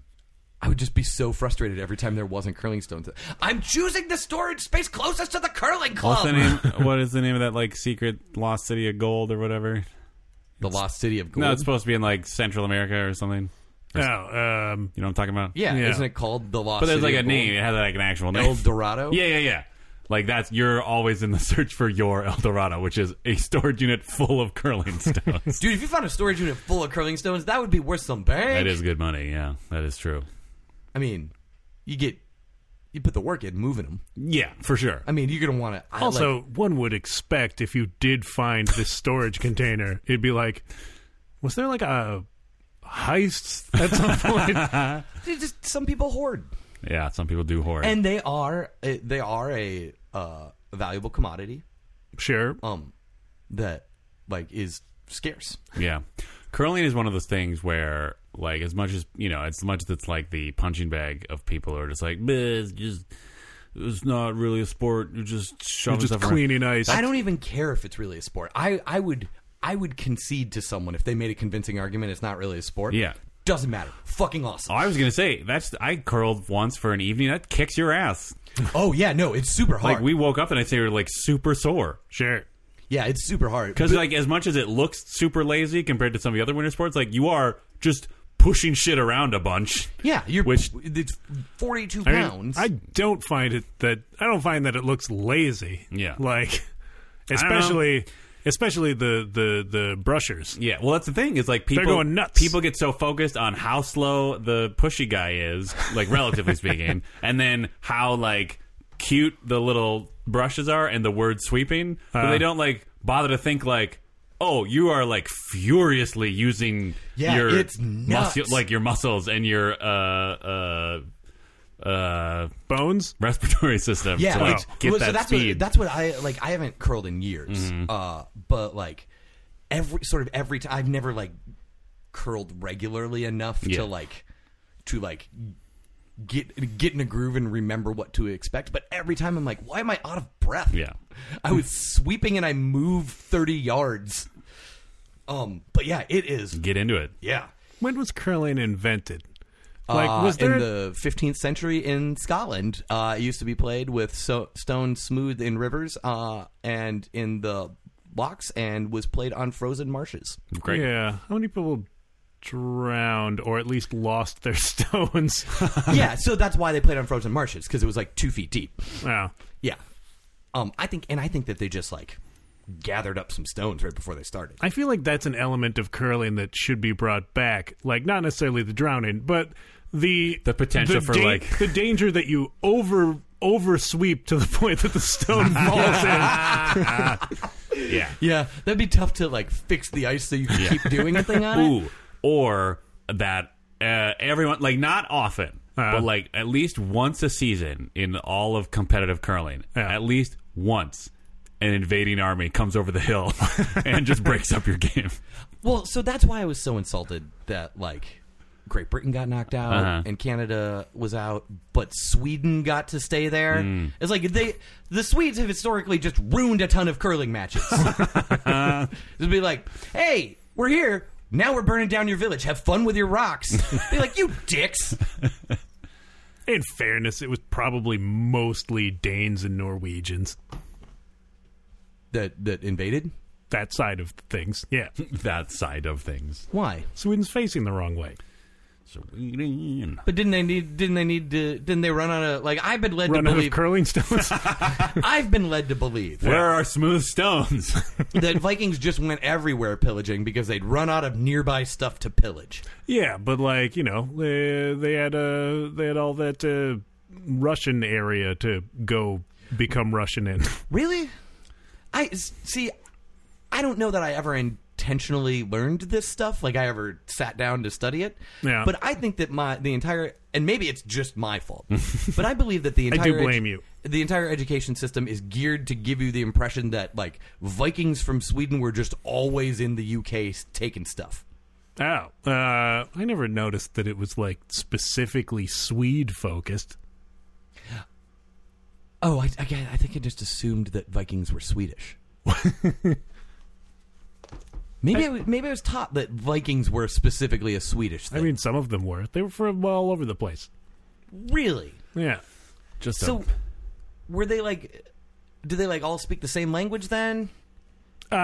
B: I would just be so frustrated every time there wasn't curling stones. I'm choosing the storage space closest to the curling
C: What's
B: club.
C: the [laughs] name? What is the name of that like secret lost city of gold or whatever?
B: the Lost City of Gold.
C: No, it's supposed to be in like Central America or something.
A: Oh, um,
C: You know what I'm talking about?
B: yeah,
A: Yeah.
B: isn't it called the Lost?
C: But there's
B: City
C: like
B: of
C: a
B: Gold?
C: name. It has like an actual
B: [laughs]
C: name.
B: El Dorado.
C: [laughs] Yeah, yeah, yeah. Like that's you're always in the [laughs] search for your El Dorado, which is a storage unit full of curling
B: [laughs]
C: stones.
B: Dude, if you found a storage unit full of curling stones, that would be worth some bang.
C: that is good money. Yeah, that is true.
B: I mean, you get you put the work in moving them.
C: Yeah, for sure.
B: I mean, you're gonna want to.
A: also, one would expect if you did find this storage container, it'd be like, was there like a heist at some point?
B: just some people hoard,
C: Yeah, some people do hoard.
B: and they are uh, they are a uh, valuable commodity
A: sure.
B: um that like is scarce.
C: yeah, curling is one of those things where, like, as much as you know, as much as it's like the punching bag of people who are just like, "Bleh, it's just it's not really a sport. You're just shoving
A: You're just
C: stuff around."
A: cleaning ice.
B: I don't even care if it's really a sport. I I would I would concede to someone if they made a convincing argument. It's not really a sport.
C: Yeah.
B: doesn't matter. Fucking awesome.
C: Oh, I was gonna say that's I curled once for an evening. That kicks your ass.
B: Oh yeah, no, it's super hard.
C: Like we woke up the next day, we were like super sore.
A: sure.
B: yeah, it's super hard.
C: Because like as much as it looks super lazy compared to some of the other winter sports, like you are just pushing shit around a bunch.
B: Yeah, you're
C: Which-
B: it's 42
A: I mean,
B: pounds.
A: I don't find it that I don't find that it looks lazy.
C: Yeah. [laughs]
A: Like,
C: don't know.
A: especially especially the the the brushers.
C: Yeah, well that's the thing is like people
A: going nuts.
C: People get so focused on how slow the pushy guy is,
A: [laughs]
C: like relatively speaking, and then how like cute the little brushes are and the word sweeping, but
A: Uh-huh.
C: they don't like bother to think like. Oh, you are like furiously using
B: Yeah,
C: your
B: it's nuts.
C: muscle, like your muscles and your uh uh uh
A: Bones.
C: respiratory system
B: yeah,
C: to like
B: it's-
C: get
B: well,
C: that
B: so that's
C: speed. Mm-hmm.
B: what that's what I like. I haven't curled in years, uh, but like every sort of every time I've never like curled regularly enough
C: Yeah.
B: to like to like get get in a groove and remember what to expect. But every time I'm like, why am I out of breath?
C: Yeah.
B: I was sweeping and I moved 30 yards. Um, but yeah, it is.
C: get into it.
B: Yeah.
A: When was curling invented? Like,
B: Uh,
A: was there
B: in the 15th century in Scotland? Uh, it used to be played with so- stone smoothed in rivers uh, and in the blocks, and was played on frozen marshes.
C: Great.
A: Yeah. How many people drowned or at least lost their [laughs]
C: [laughs]
A: stones?
B: [laughs] yeah, so that's why they played on frozen marshes because it was like two feet deep.
A: wow.
B: Yeah, um, I think, and I think that they just like gathered up some stones right before they started.
A: I feel like that's an element of curling that should be brought back. Like not necessarily the drowning, but the
C: The potential for, like-
A: the danger that you over over sweep to the point that the
C: [laughs]
A: stone falls in.
C: Yeah.
B: Yeah, that'd be tough to like fix the ice so you can keep doing a thing on it.
C: [laughs] Ooh, or that uh, everyone like not often,
A: Uh-huh.
C: but like at least once a season in all of competitive curling,
A: Yeah.
C: at least once. An invading army comes over the hill and just breaks up your game.
B: Well, so that's why I was so insulted that like Great Britain got knocked out
C: Uh-huh.
B: and Canada was out, but Sweden got to stay there.
A: Hmm.
B: It's like they the Swedes have historically just ruined a ton of curling
A: [laughs]
B: matches. It'd be like, hey, we're here. Now we're burning down your village. Have fun with your rocks. Be like, you dicks.
A: In fairness, it was probably mostly Danes and Norwegians.
B: That that invaded?
A: That side of things. Yeah.
C: that side of things.
B: Why?
A: Sweden's facing the wrong way.
C: Sweden.
B: But didn't they need? Didn't they need to? Didn't they run out of? Like I've been led
A: Run
B: to
A: out of
B: believe.
A: curling stones. [laughs]
B: I've been led to believe
C: Where are smooth stones?
B: that Vikings just went everywhere pillaging because they'd run out of nearby stuff to pillage.
A: yeah, but like you know, they they had uh they had all that uh, Russian area to go become Russian in. [laughs]
B: Really? I s- see. I don't know that I ever intentionally learned this stuff. Like I ever sat down to study it.
A: Yeah.
B: But I think that my the entire and maybe it's just
A: [laughs]
B: my fault. but I believe that the
A: I
B: entire
A: do
B: edu-
A: blame you.
B: The entire education system is geared to give you the impression that like Vikings from Sweden were just always in the UK s- taking stuff.
A: Oh, uh, I never noticed that it was like specifically Swede focused.
B: Oh, I, again, I think I just assumed that Vikings were Swedish. maybe I, wa- maybe I was taught that Vikings were specifically a Swedish thing.
A: I mean, some of them were. They were from all over the place.
B: really?
A: Yeah.
C: Just
B: So, were they like? Do they like all speak the same language then?
A: Uh,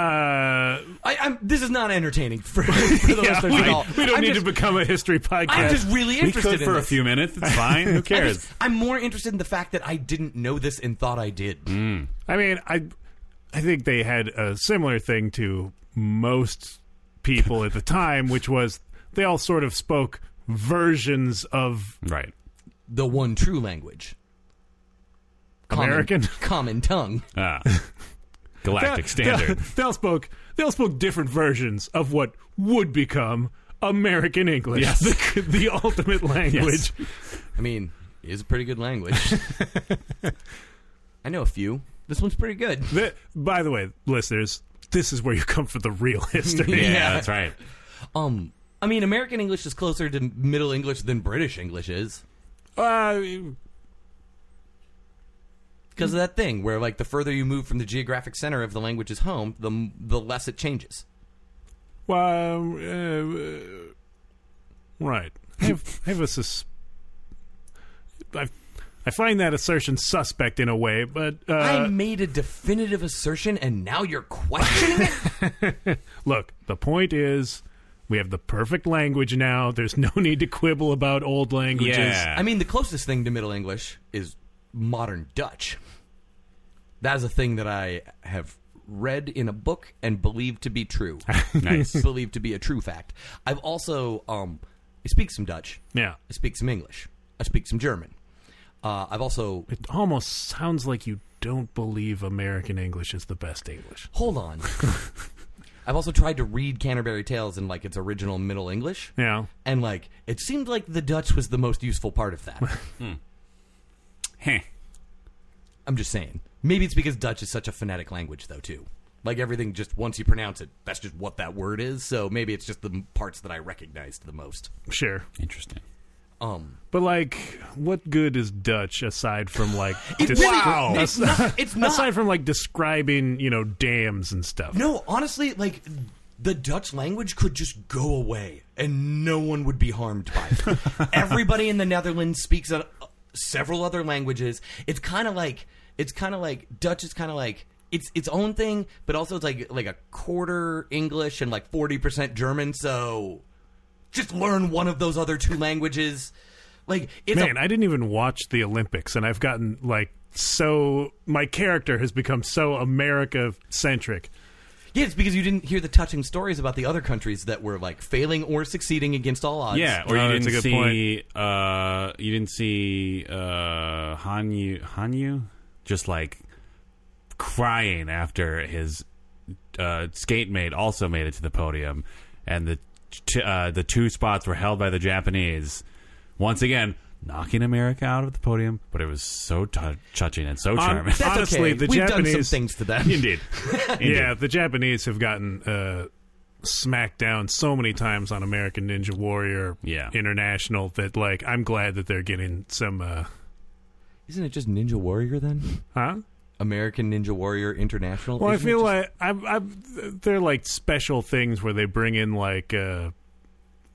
B: I, I'm. This is not entertaining for, [laughs] for the
A: [laughs] yeah,
B: listeners
A: we,
B: at all.
A: we don't
B: I'm
A: need
B: just-
A: to become a history podcast.
B: I'm just really
C: we
B: interested
C: could
B: in
C: for a
B: this.
C: few minutes. It's fine. Who
B: I
C: cares?
B: just- I'm more interested in the fact that I didn't know this and thought I did.
A: I mean, I I think they had a similar thing to most people at the time, which was they all sort of spoke versions of
C: right.
B: The one true language. Common-
A: American.
B: common tongue.
C: Ah.
A: They-
C: galactic standard.
A: [laughs] They, they all spoke they all spoke different versions of what would become American English.
C: Yes.
A: The, the
C: [laughs]
A: ultimate language.
B: I mean, it is a pretty good language. I know a few. This one's pretty good.
A: The- by the way, listeners, this is where you come for the real
C: yeah,
A: history.
C: that's right.
B: Um, I mean, American English is closer to Middle English than British English is
A: Uh,
B: because of that thing where, like, the further you move from the geographic center of the language's home, the m- the less it changes.
A: Well, uh, right. I
B: [laughs]
A: have, I have a sus. I, I find that assertion suspect in a way, but uh,
B: I made a definitive assertion, and now you're questioning it.
A: look, the point is, we have the perfect language now. There's no need to quibble about old languages.
C: Yeah.
B: I mean, the closest thing to Middle English is modern Dutch. That is a thing that I have read in a book and believe to be true.
C: nice.
B: believed to be a true fact. I've also um, I speak some Dutch.
A: yeah.
B: I speak some English. I speak some German. Uh, I've also
A: It almost sounds like you don't believe American English is the best English.
B: hold on. I've also tried to read Canterbury Tales in like its original Middle English,
A: Yeah.
B: and like it seemed like the Dutch was the most useful part of that.
C: Heh.
B: I'm just saying. Maybe it's because Dutch is such a phonetic language, though. Too like everything, just once you pronounce it, that's just what that word is. So maybe it's just the m- parts that I recognized the most.
A: Sure.
C: Interesting.
B: Um,
A: But like, what good is Dutch aside from like?
B: it
A: dis-
B: really- it's not. It's not.
A: Aside from like describing, you know, dams and stuff.
B: No, honestly, like the Dutch language could just go away and no one would be harmed
A: [laughs]
B: by it. Everybody in the Netherlands speaks a, several other languages. It's kind of like it's kind of like Dutch is kind of like it's its own thing, but also it's like like a quarter English and like 40% German, so just learn one of those other two languages. Like it's a
A: Man, I didn't even watch the Olympics, and I've gotten like so. My character has become so America centric.
B: Yeah, it's because you didn't hear the touching stories about the other countries that were like failing or succeeding against all odds.
C: Yeah, or
A: No,
C: you
A: that's a good
C: didn't see uh you didn't see uh Hanyu Hanyu just like crying after his uh skate mate also made it to the podium and the t- uh, the two spots were held by the Japanese. Once again, knocking America out of the podium, but it was so tou touching and so charming.
B: That's
A: Honestly,
B: okay.
A: the
B: We've done
A: Japanese-
B: some things to them. [laughs]
C: Indeed.
A: Yeah, the Japanese have gotten uh, smacked down so many times on American Ninja Warrior
C: Yeah.
A: International that like I'm glad that they're getting some. Uh,
B: Isn't it just Ninja Warrior then?
A: huh?
B: American Ninja Warrior International.
A: Well, I
B: Isn't it
A: feel
B: just-
A: like I'm, I'm, they're like special things where they bring in like uh,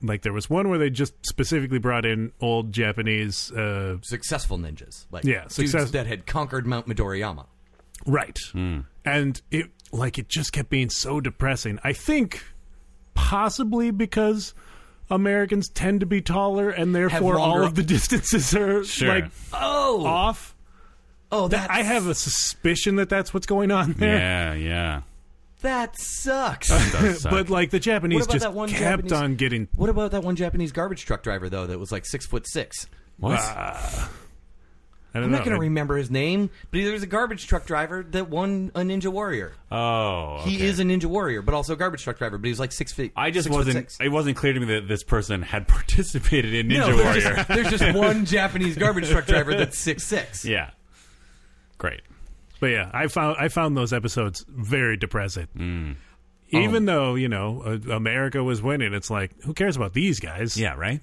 A: like there was one where they just specifically brought in old Japanese uh,
B: successful ninjas, like
A: Yeah, success-
B: dudes that had conquered Mount Midoriyama.
A: Right. And it like it just kept being so depressing. I think possibly because Americans tend to be taller and therefore all
B: longer-
A: of the [laughs] distances are
C: Sure.
A: like
B: Oh,
A: off.
B: oh, that
A: I have a suspicion that that's what's going on [laughs] there.
C: yeah, yeah.
A: [laughs]
B: that sucks.
C: It does suck.
A: But like the Japanese
B: What about
A: just
B: that one
A: kept
B: Japanese-
A: on getting
B: [laughs] what about that one Japanese garbage truck driver though that was like six foot six?
C: What?
A: I don't
B: I'm
A: know.
B: not going
A: it-
B: to remember his name, but there was a garbage truck driver that won a Ninja Warrior.
C: oh,
B: He
C: okay.
B: is a Ninja Warrior, but also a garbage truck driver. But he was like six feet.
C: I just
B: six foot
C: wasn't.
B: six.
C: It wasn't clear to me that this person had [laughs] participated in Ninja
B: no,
C: Warrior.
B: there's just, there's
A: [laughs]
B: just one Japanese garbage truck driver that's six six.
C: yeah. Great.
A: But yeah, I found I found those episodes very depressing.
C: Mm. Oh.
A: Even though you know uh, America was winning, it's like who cares about these guys?
C: Yeah. Right.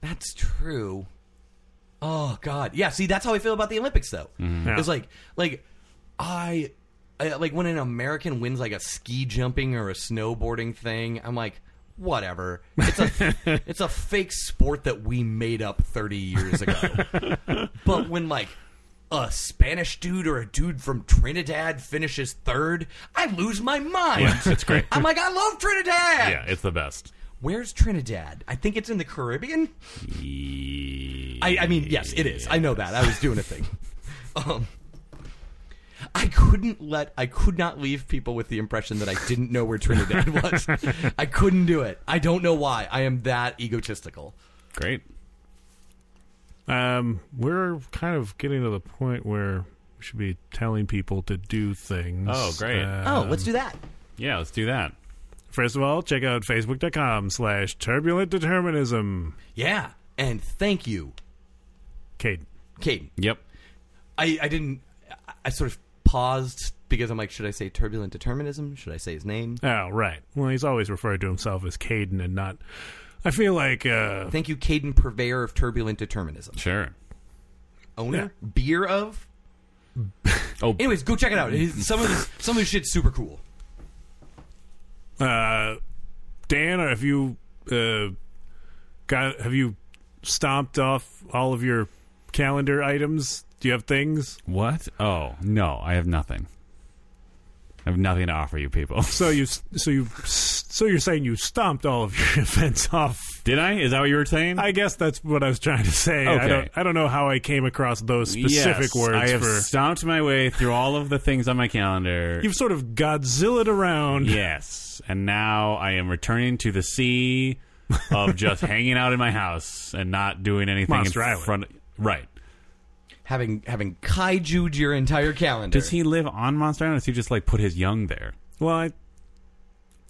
B: That's true. Oh God, yeah. See, that's how I feel about the Olympics, though.
C: Mm-hmm.
A: Yeah.
B: It's like, like I, I, like when an American wins like a ski jumping or a snowboarding thing, I'm like, whatever. It's
C: [laughs]
B: a, it's a fake sport that we made up 30 years
C: [laughs]
B: ago. but when like a Spanish dude or a dude from Trinidad finishes third, I lose my mind.
C: Yeah, it's great.
B: I'm like, I love Trinidad.
C: Yeah, it's the best.
B: Where's Trinidad? I think it's in the Caribbean. I, I mean, yes, it is. I know that. I was doing a thing. Um, I couldn't let. I could not leave people with the impression that I didn't know where Trinidad [laughs] was. I couldn't do it. I don't know why. I am that egotistical.
C: Great.
A: Um, we're kind of getting to the point where we should be telling people to do things.
C: Oh, great.
B: Oh,
A: Uh,
B: let's do that.
C: Yeah, let's do that.
A: First of all, check out facebook.com slash turbulent determinism.
B: Yeah, and thank you,
A: Kate.
B: Caden.
C: Yep.
B: I, I didn't. I- I sort of paused because I'm like, should I say turbulent determinism? Should I say his name?
A: Oh, right. Well, he's always referred to himself as Caden and not. I feel like, uh,
B: Thank you, Caden, purveyor of turbulent determinism,
C: Sure.
B: owner, beer of.
C: [laughs] Oh,
B: Anyways, go check it out. His- Some of this, some of his shit's super cool.
A: uh, Dan, or if you, uh, got, have you stomped off all of your calendar items? Do you have things?
C: what? Oh, no, I have nothing. I have nothing to offer you people.
A: So you, so you, so you're saying you stomped all of your [laughs] events off
C: [laughs] Did I? Is that what you were saying?
A: I guess that's what I was trying to say.
C: Okay.
A: I don't I don't know how I came across those specific
C: Yes,
A: words
C: I have
A: for
C: stomped my way through all of the things on my [laughs] calendar.
A: You've sort of Godzilla'd around.
C: yes. And now I am returning to the sea of just [laughs] hanging out in my house and not doing anything
A: Monster
C: in
A: Island.
C: front Right.
B: having having kaiju'd your entire calendar.
C: Does he live on Monster Island or does he just like put his young there?
A: Well, I,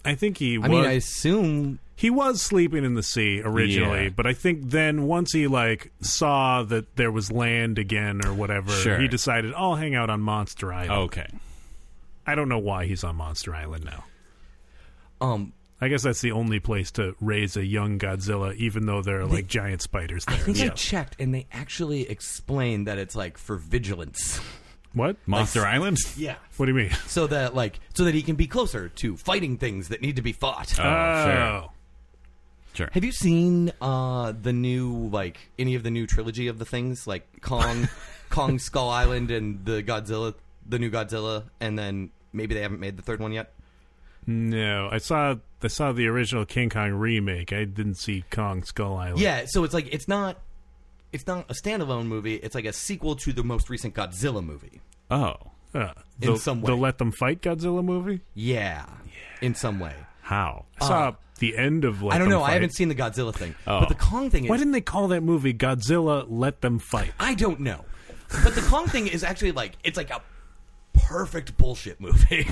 A: I think he was
B: I mean, I assume
A: he was sleeping in the sea originally,
C: Yeah.
A: but I think then once he like saw that there was land again or whatever,
C: Sure.
A: he decided I'll hang out on Monster Island.
C: Oh, Okay.
B: Oh.
A: I don't know why he's on Monster Island now.
B: um
A: I guess that's the only place to raise a young Godzilla, even though there are like giant spiders there.
B: [laughs] I think I
A: Yeah.
B: checked and they actually explained that it's like for vigilance.
A: [laughs] What?
C: Monster [laughs] Island?
B: Yeah.
A: What do you mean?
B: So that like so that he can be closer to fighting things that need to be fought.
C: Oh, sure. Sure.
B: Have you seen uh the new like any of the new trilogy of the things like [laughs] Kong Kong Skull Island and the Godzilla the new Godzilla and then maybe they haven't made the third one yet?
A: No, I saw I saw the original King Kong remake. I didn't see Kong Skull Island.
B: Yeah, so it's like it's not it's not a standalone movie, it's like a sequel to the most recent Godzilla movie.
C: Oh.
A: uh,
B: In
A: the,
B: some way.
A: the Let Them Fight Godzilla movie.
B: Yeah, in some way.
C: How?
A: I saw the end of Let
B: Ah. I don't
A: Them
B: know. I
A: Fight.
B: haven't seen the Godzilla thing,
C: Oh.
B: but the Kong thing
A: Why
B: is
A: didn't they call that movie Godzilla Let Them Fight?
B: I don't know. But the Kong thing is actually like it's like a
C: Mm-hmm.
B: [laughs] perfect bullshit movie.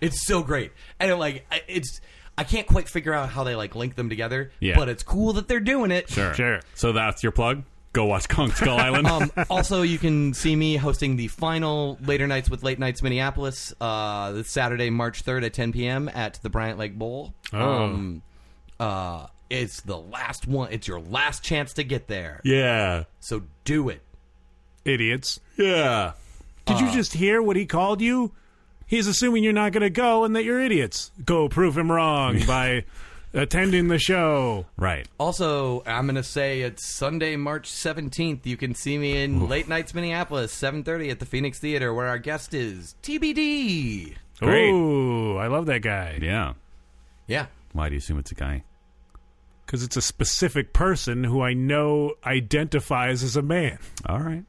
B: it's so great, and it, like I- it's I can't quite figure out how they like link them together.
C: Yeah.
B: But it's cool that they're doing it.
C: Sure.
A: Sure.
C: So that's your plug. Go watch [laughs] Kong Skull Island.
B: [laughs] Um, also, you can see me hosting the final Later Nights with Late Nights Minneapolis uh, this Saturday, March 3rd at 10 p.m. at the Bryant Lake Bowl.
A: Oh.
B: Um, uh, it's the last one. It's your last chance to get there.
C: yeah.
B: So do it.
A: Idiots.
C: Yeah.
A: Did you just hear what he called you? He's assuming you're not going to go and that you're idiots. Go prove him wrong by attending the show.
C: Right.
B: Also, I'm going to say it's Sunday, March 17th. You can see me in Late Nights Minneapolis, 7.30 at the Phoenix Theater, where our guest is TBD.
C: Great.
A: Ooh, I love that guy
C: Yeah.
B: Yeah.
C: Why do you assume it's a guy?
A: because it's a specific person who I know identifies as a man.
C: All right.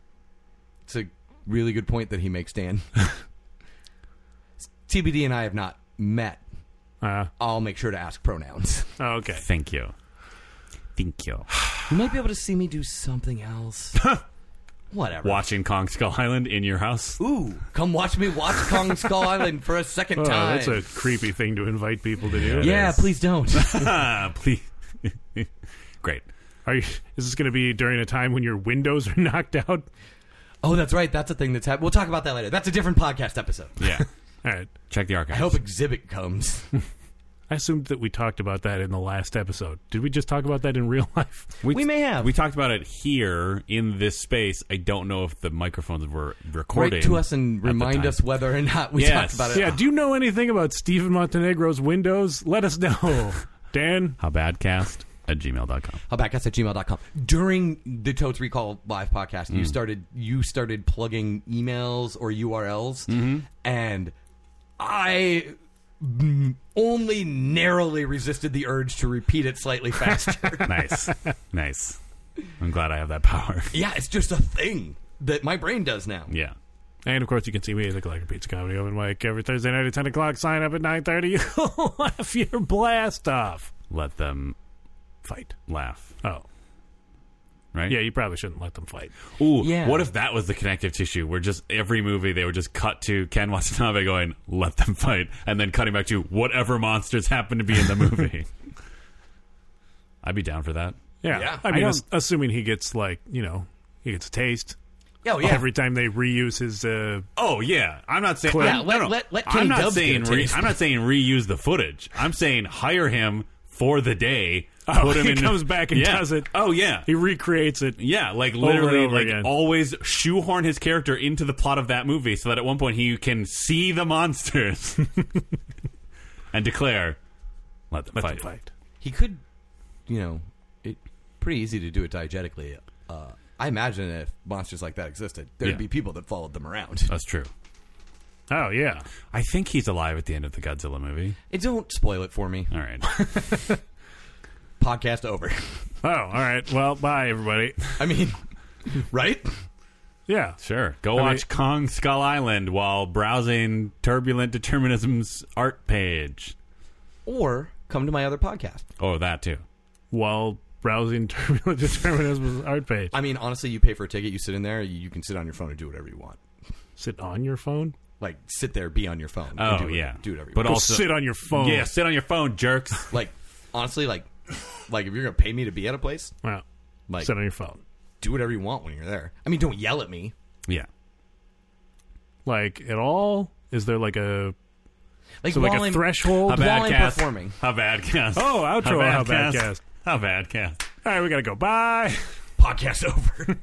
B: It's a really good point that he makes, Dan. [laughs] TBD and I have not met.
A: Uh,
B: I'll make sure to ask
A: [laughs]
B: pronouns.
A: okay.
C: Thank you. Thank you.
B: You might be able to see me do
A: [laughs]
B: something else. Whatever.
C: [sighs] Watching Kong Skull Island in your house.
B: Ooh, come watch me watch Kong Skull Island for a second
A: Oh,
B: time.
A: that's a creepy thing to invite people to do.
B: yeah, please don't. [laughs]
C: Ah, [laughs] please. [laughs] Great.
A: Are you, is this going to be during a time when your windows are [laughs] knocked out?
B: oh, that's right. That's a thing that's happened. We'll talk about that later. That's a different podcast episode.
C: [laughs] Yeah.
A: All right.
C: Check the archives.
B: I hope Exhibit comes.
A: I assumed that we talked about that in the last episode. Did we just talk about that in real [laughs] life?
B: We may have.
C: We talked about it here in this space. I don't know if the microphones [laughs] were recording.
B: Write to us and
C: at the
B: remind
C: time.
B: us whether or not we
C: Yes.
B: talked about it.
A: Yeah, do you know anything about Stephen Montenegro's windows? Let us know. Dan,
C: howbadcast at gmail.com.
B: Hellbackcast at gmail.com. During the Totes Recall live podcast,
C: Hmm.
B: you started you started plugging emails or URLs,
C: Mm-hmm.
B: and I mm, only narrowly resisted the urge to repeat it
C: [laughs]
B: slightly faster.
C: Nice. nice. I'm glad I have that power. [laughs]
B: yeah, it's just a thing that my brain does now.
C: Yeah.
A: and of course you can see me at the Collector Pizza Comedy Open Mic every Thursday night at ten o'clock. Sign up at nine thirty. [laughs] You'll laugh your blast off.
C: Let them
A: Fight.
C: laugh.
A: Oh,
C: Right?
A: yeah, you probably shouldn't let them fight.
C: Ooh,
B: Yeah.
C: what if that was the connective tissue where just every movie they would just cut to Ken Watanabe going, let them fight, and then cutting back to whatever monsters happen to be in the movie? I'd be down for that.
A: Yeah,
B: Yeah.
A: I
C: I
A: mean,
C: don't-
A: as- assuming he gets like you know he gets a taste
B: Oh, yeah.
A: every time they reuse his. Uh,
C: Oh yeah, I'm not saying.
A: Clip.
C: I'm-
B: Yeah, let-
C: no, no.
B: let- let
C: I'm
B: Kenny
C: not
B: Dubbs
C: saying.
B: get a
C: Re-
B: taste.
C: I'm not saying reuse the footage. I'm saying hire him for the day. put him
A: Oh, he
C: in,
A: comes back and
C: Yeah.
A: does it.
C: Oh yeah,
A: he recreates it.
C: yeah. Like
A: and
C: literally,
A: over
C: like
A: again.
C: always shoehorn his character into the plot of that movie, so that at one point he can see the monsters [laughs] and declare, "Let them
A: Let
C: fight."
A: them fight.
B: He could, you know, it pretty easy to do it diegetically. Uh, I imagine if monsters like that existed, there'd
C: Yeah.
B: be people that followed them around.
C: [laughs] That's true.
A: Oh yeah,
C: I think he's alive at the end of the Godzilla movie.
B: It don't spoil it for me.
C: All right.
B: Podcast over. [laughs]
A: oh all right. Well, bye everybody.
B: I mean, [laughs] right?
A: Yeah,
C: Sure. Go
A: mean-
C: watch Kong Skull Island while browsing Turbulent Determinism's art page.
B: Or come to my other podcast.
C: Oh, that too.
A: while browsing [laughs] turbulent determinism's art page.
B: I mean, honestly, you pay for a ticket, you sit in there, you can sit on your phone and do whatever you want.
A: Sit on your phone.
B: Like, sit there, be on your phone. and
C: Oh,
B: do whatever-
C: yeah.
B: Do whatever you
C: But
B: want.
A: Go
C: Also-
A: sit on your phone.
C: Yeah, sit on your phone, jerks.
B: Like, honestly, like, like if you're going to pay me to be at a place,
A: Well,
B: like,
A: sit on your phone.
B: do whatever you want when you're there. I mean, don't yell at me.
C: yeah.
A: Like at all? Is there like a
B: Like,
A: so like
B: while
A: a
B: I'm-
A: threshold?
B: While
C: How bad
B: I'm
C: cast.
B: performing.
C: How bad cast.
A: Oh, outro, how bad cast.
C: How bad cast.
A: all right, we gotta go. Bye.
B: [laughs] Podcast over.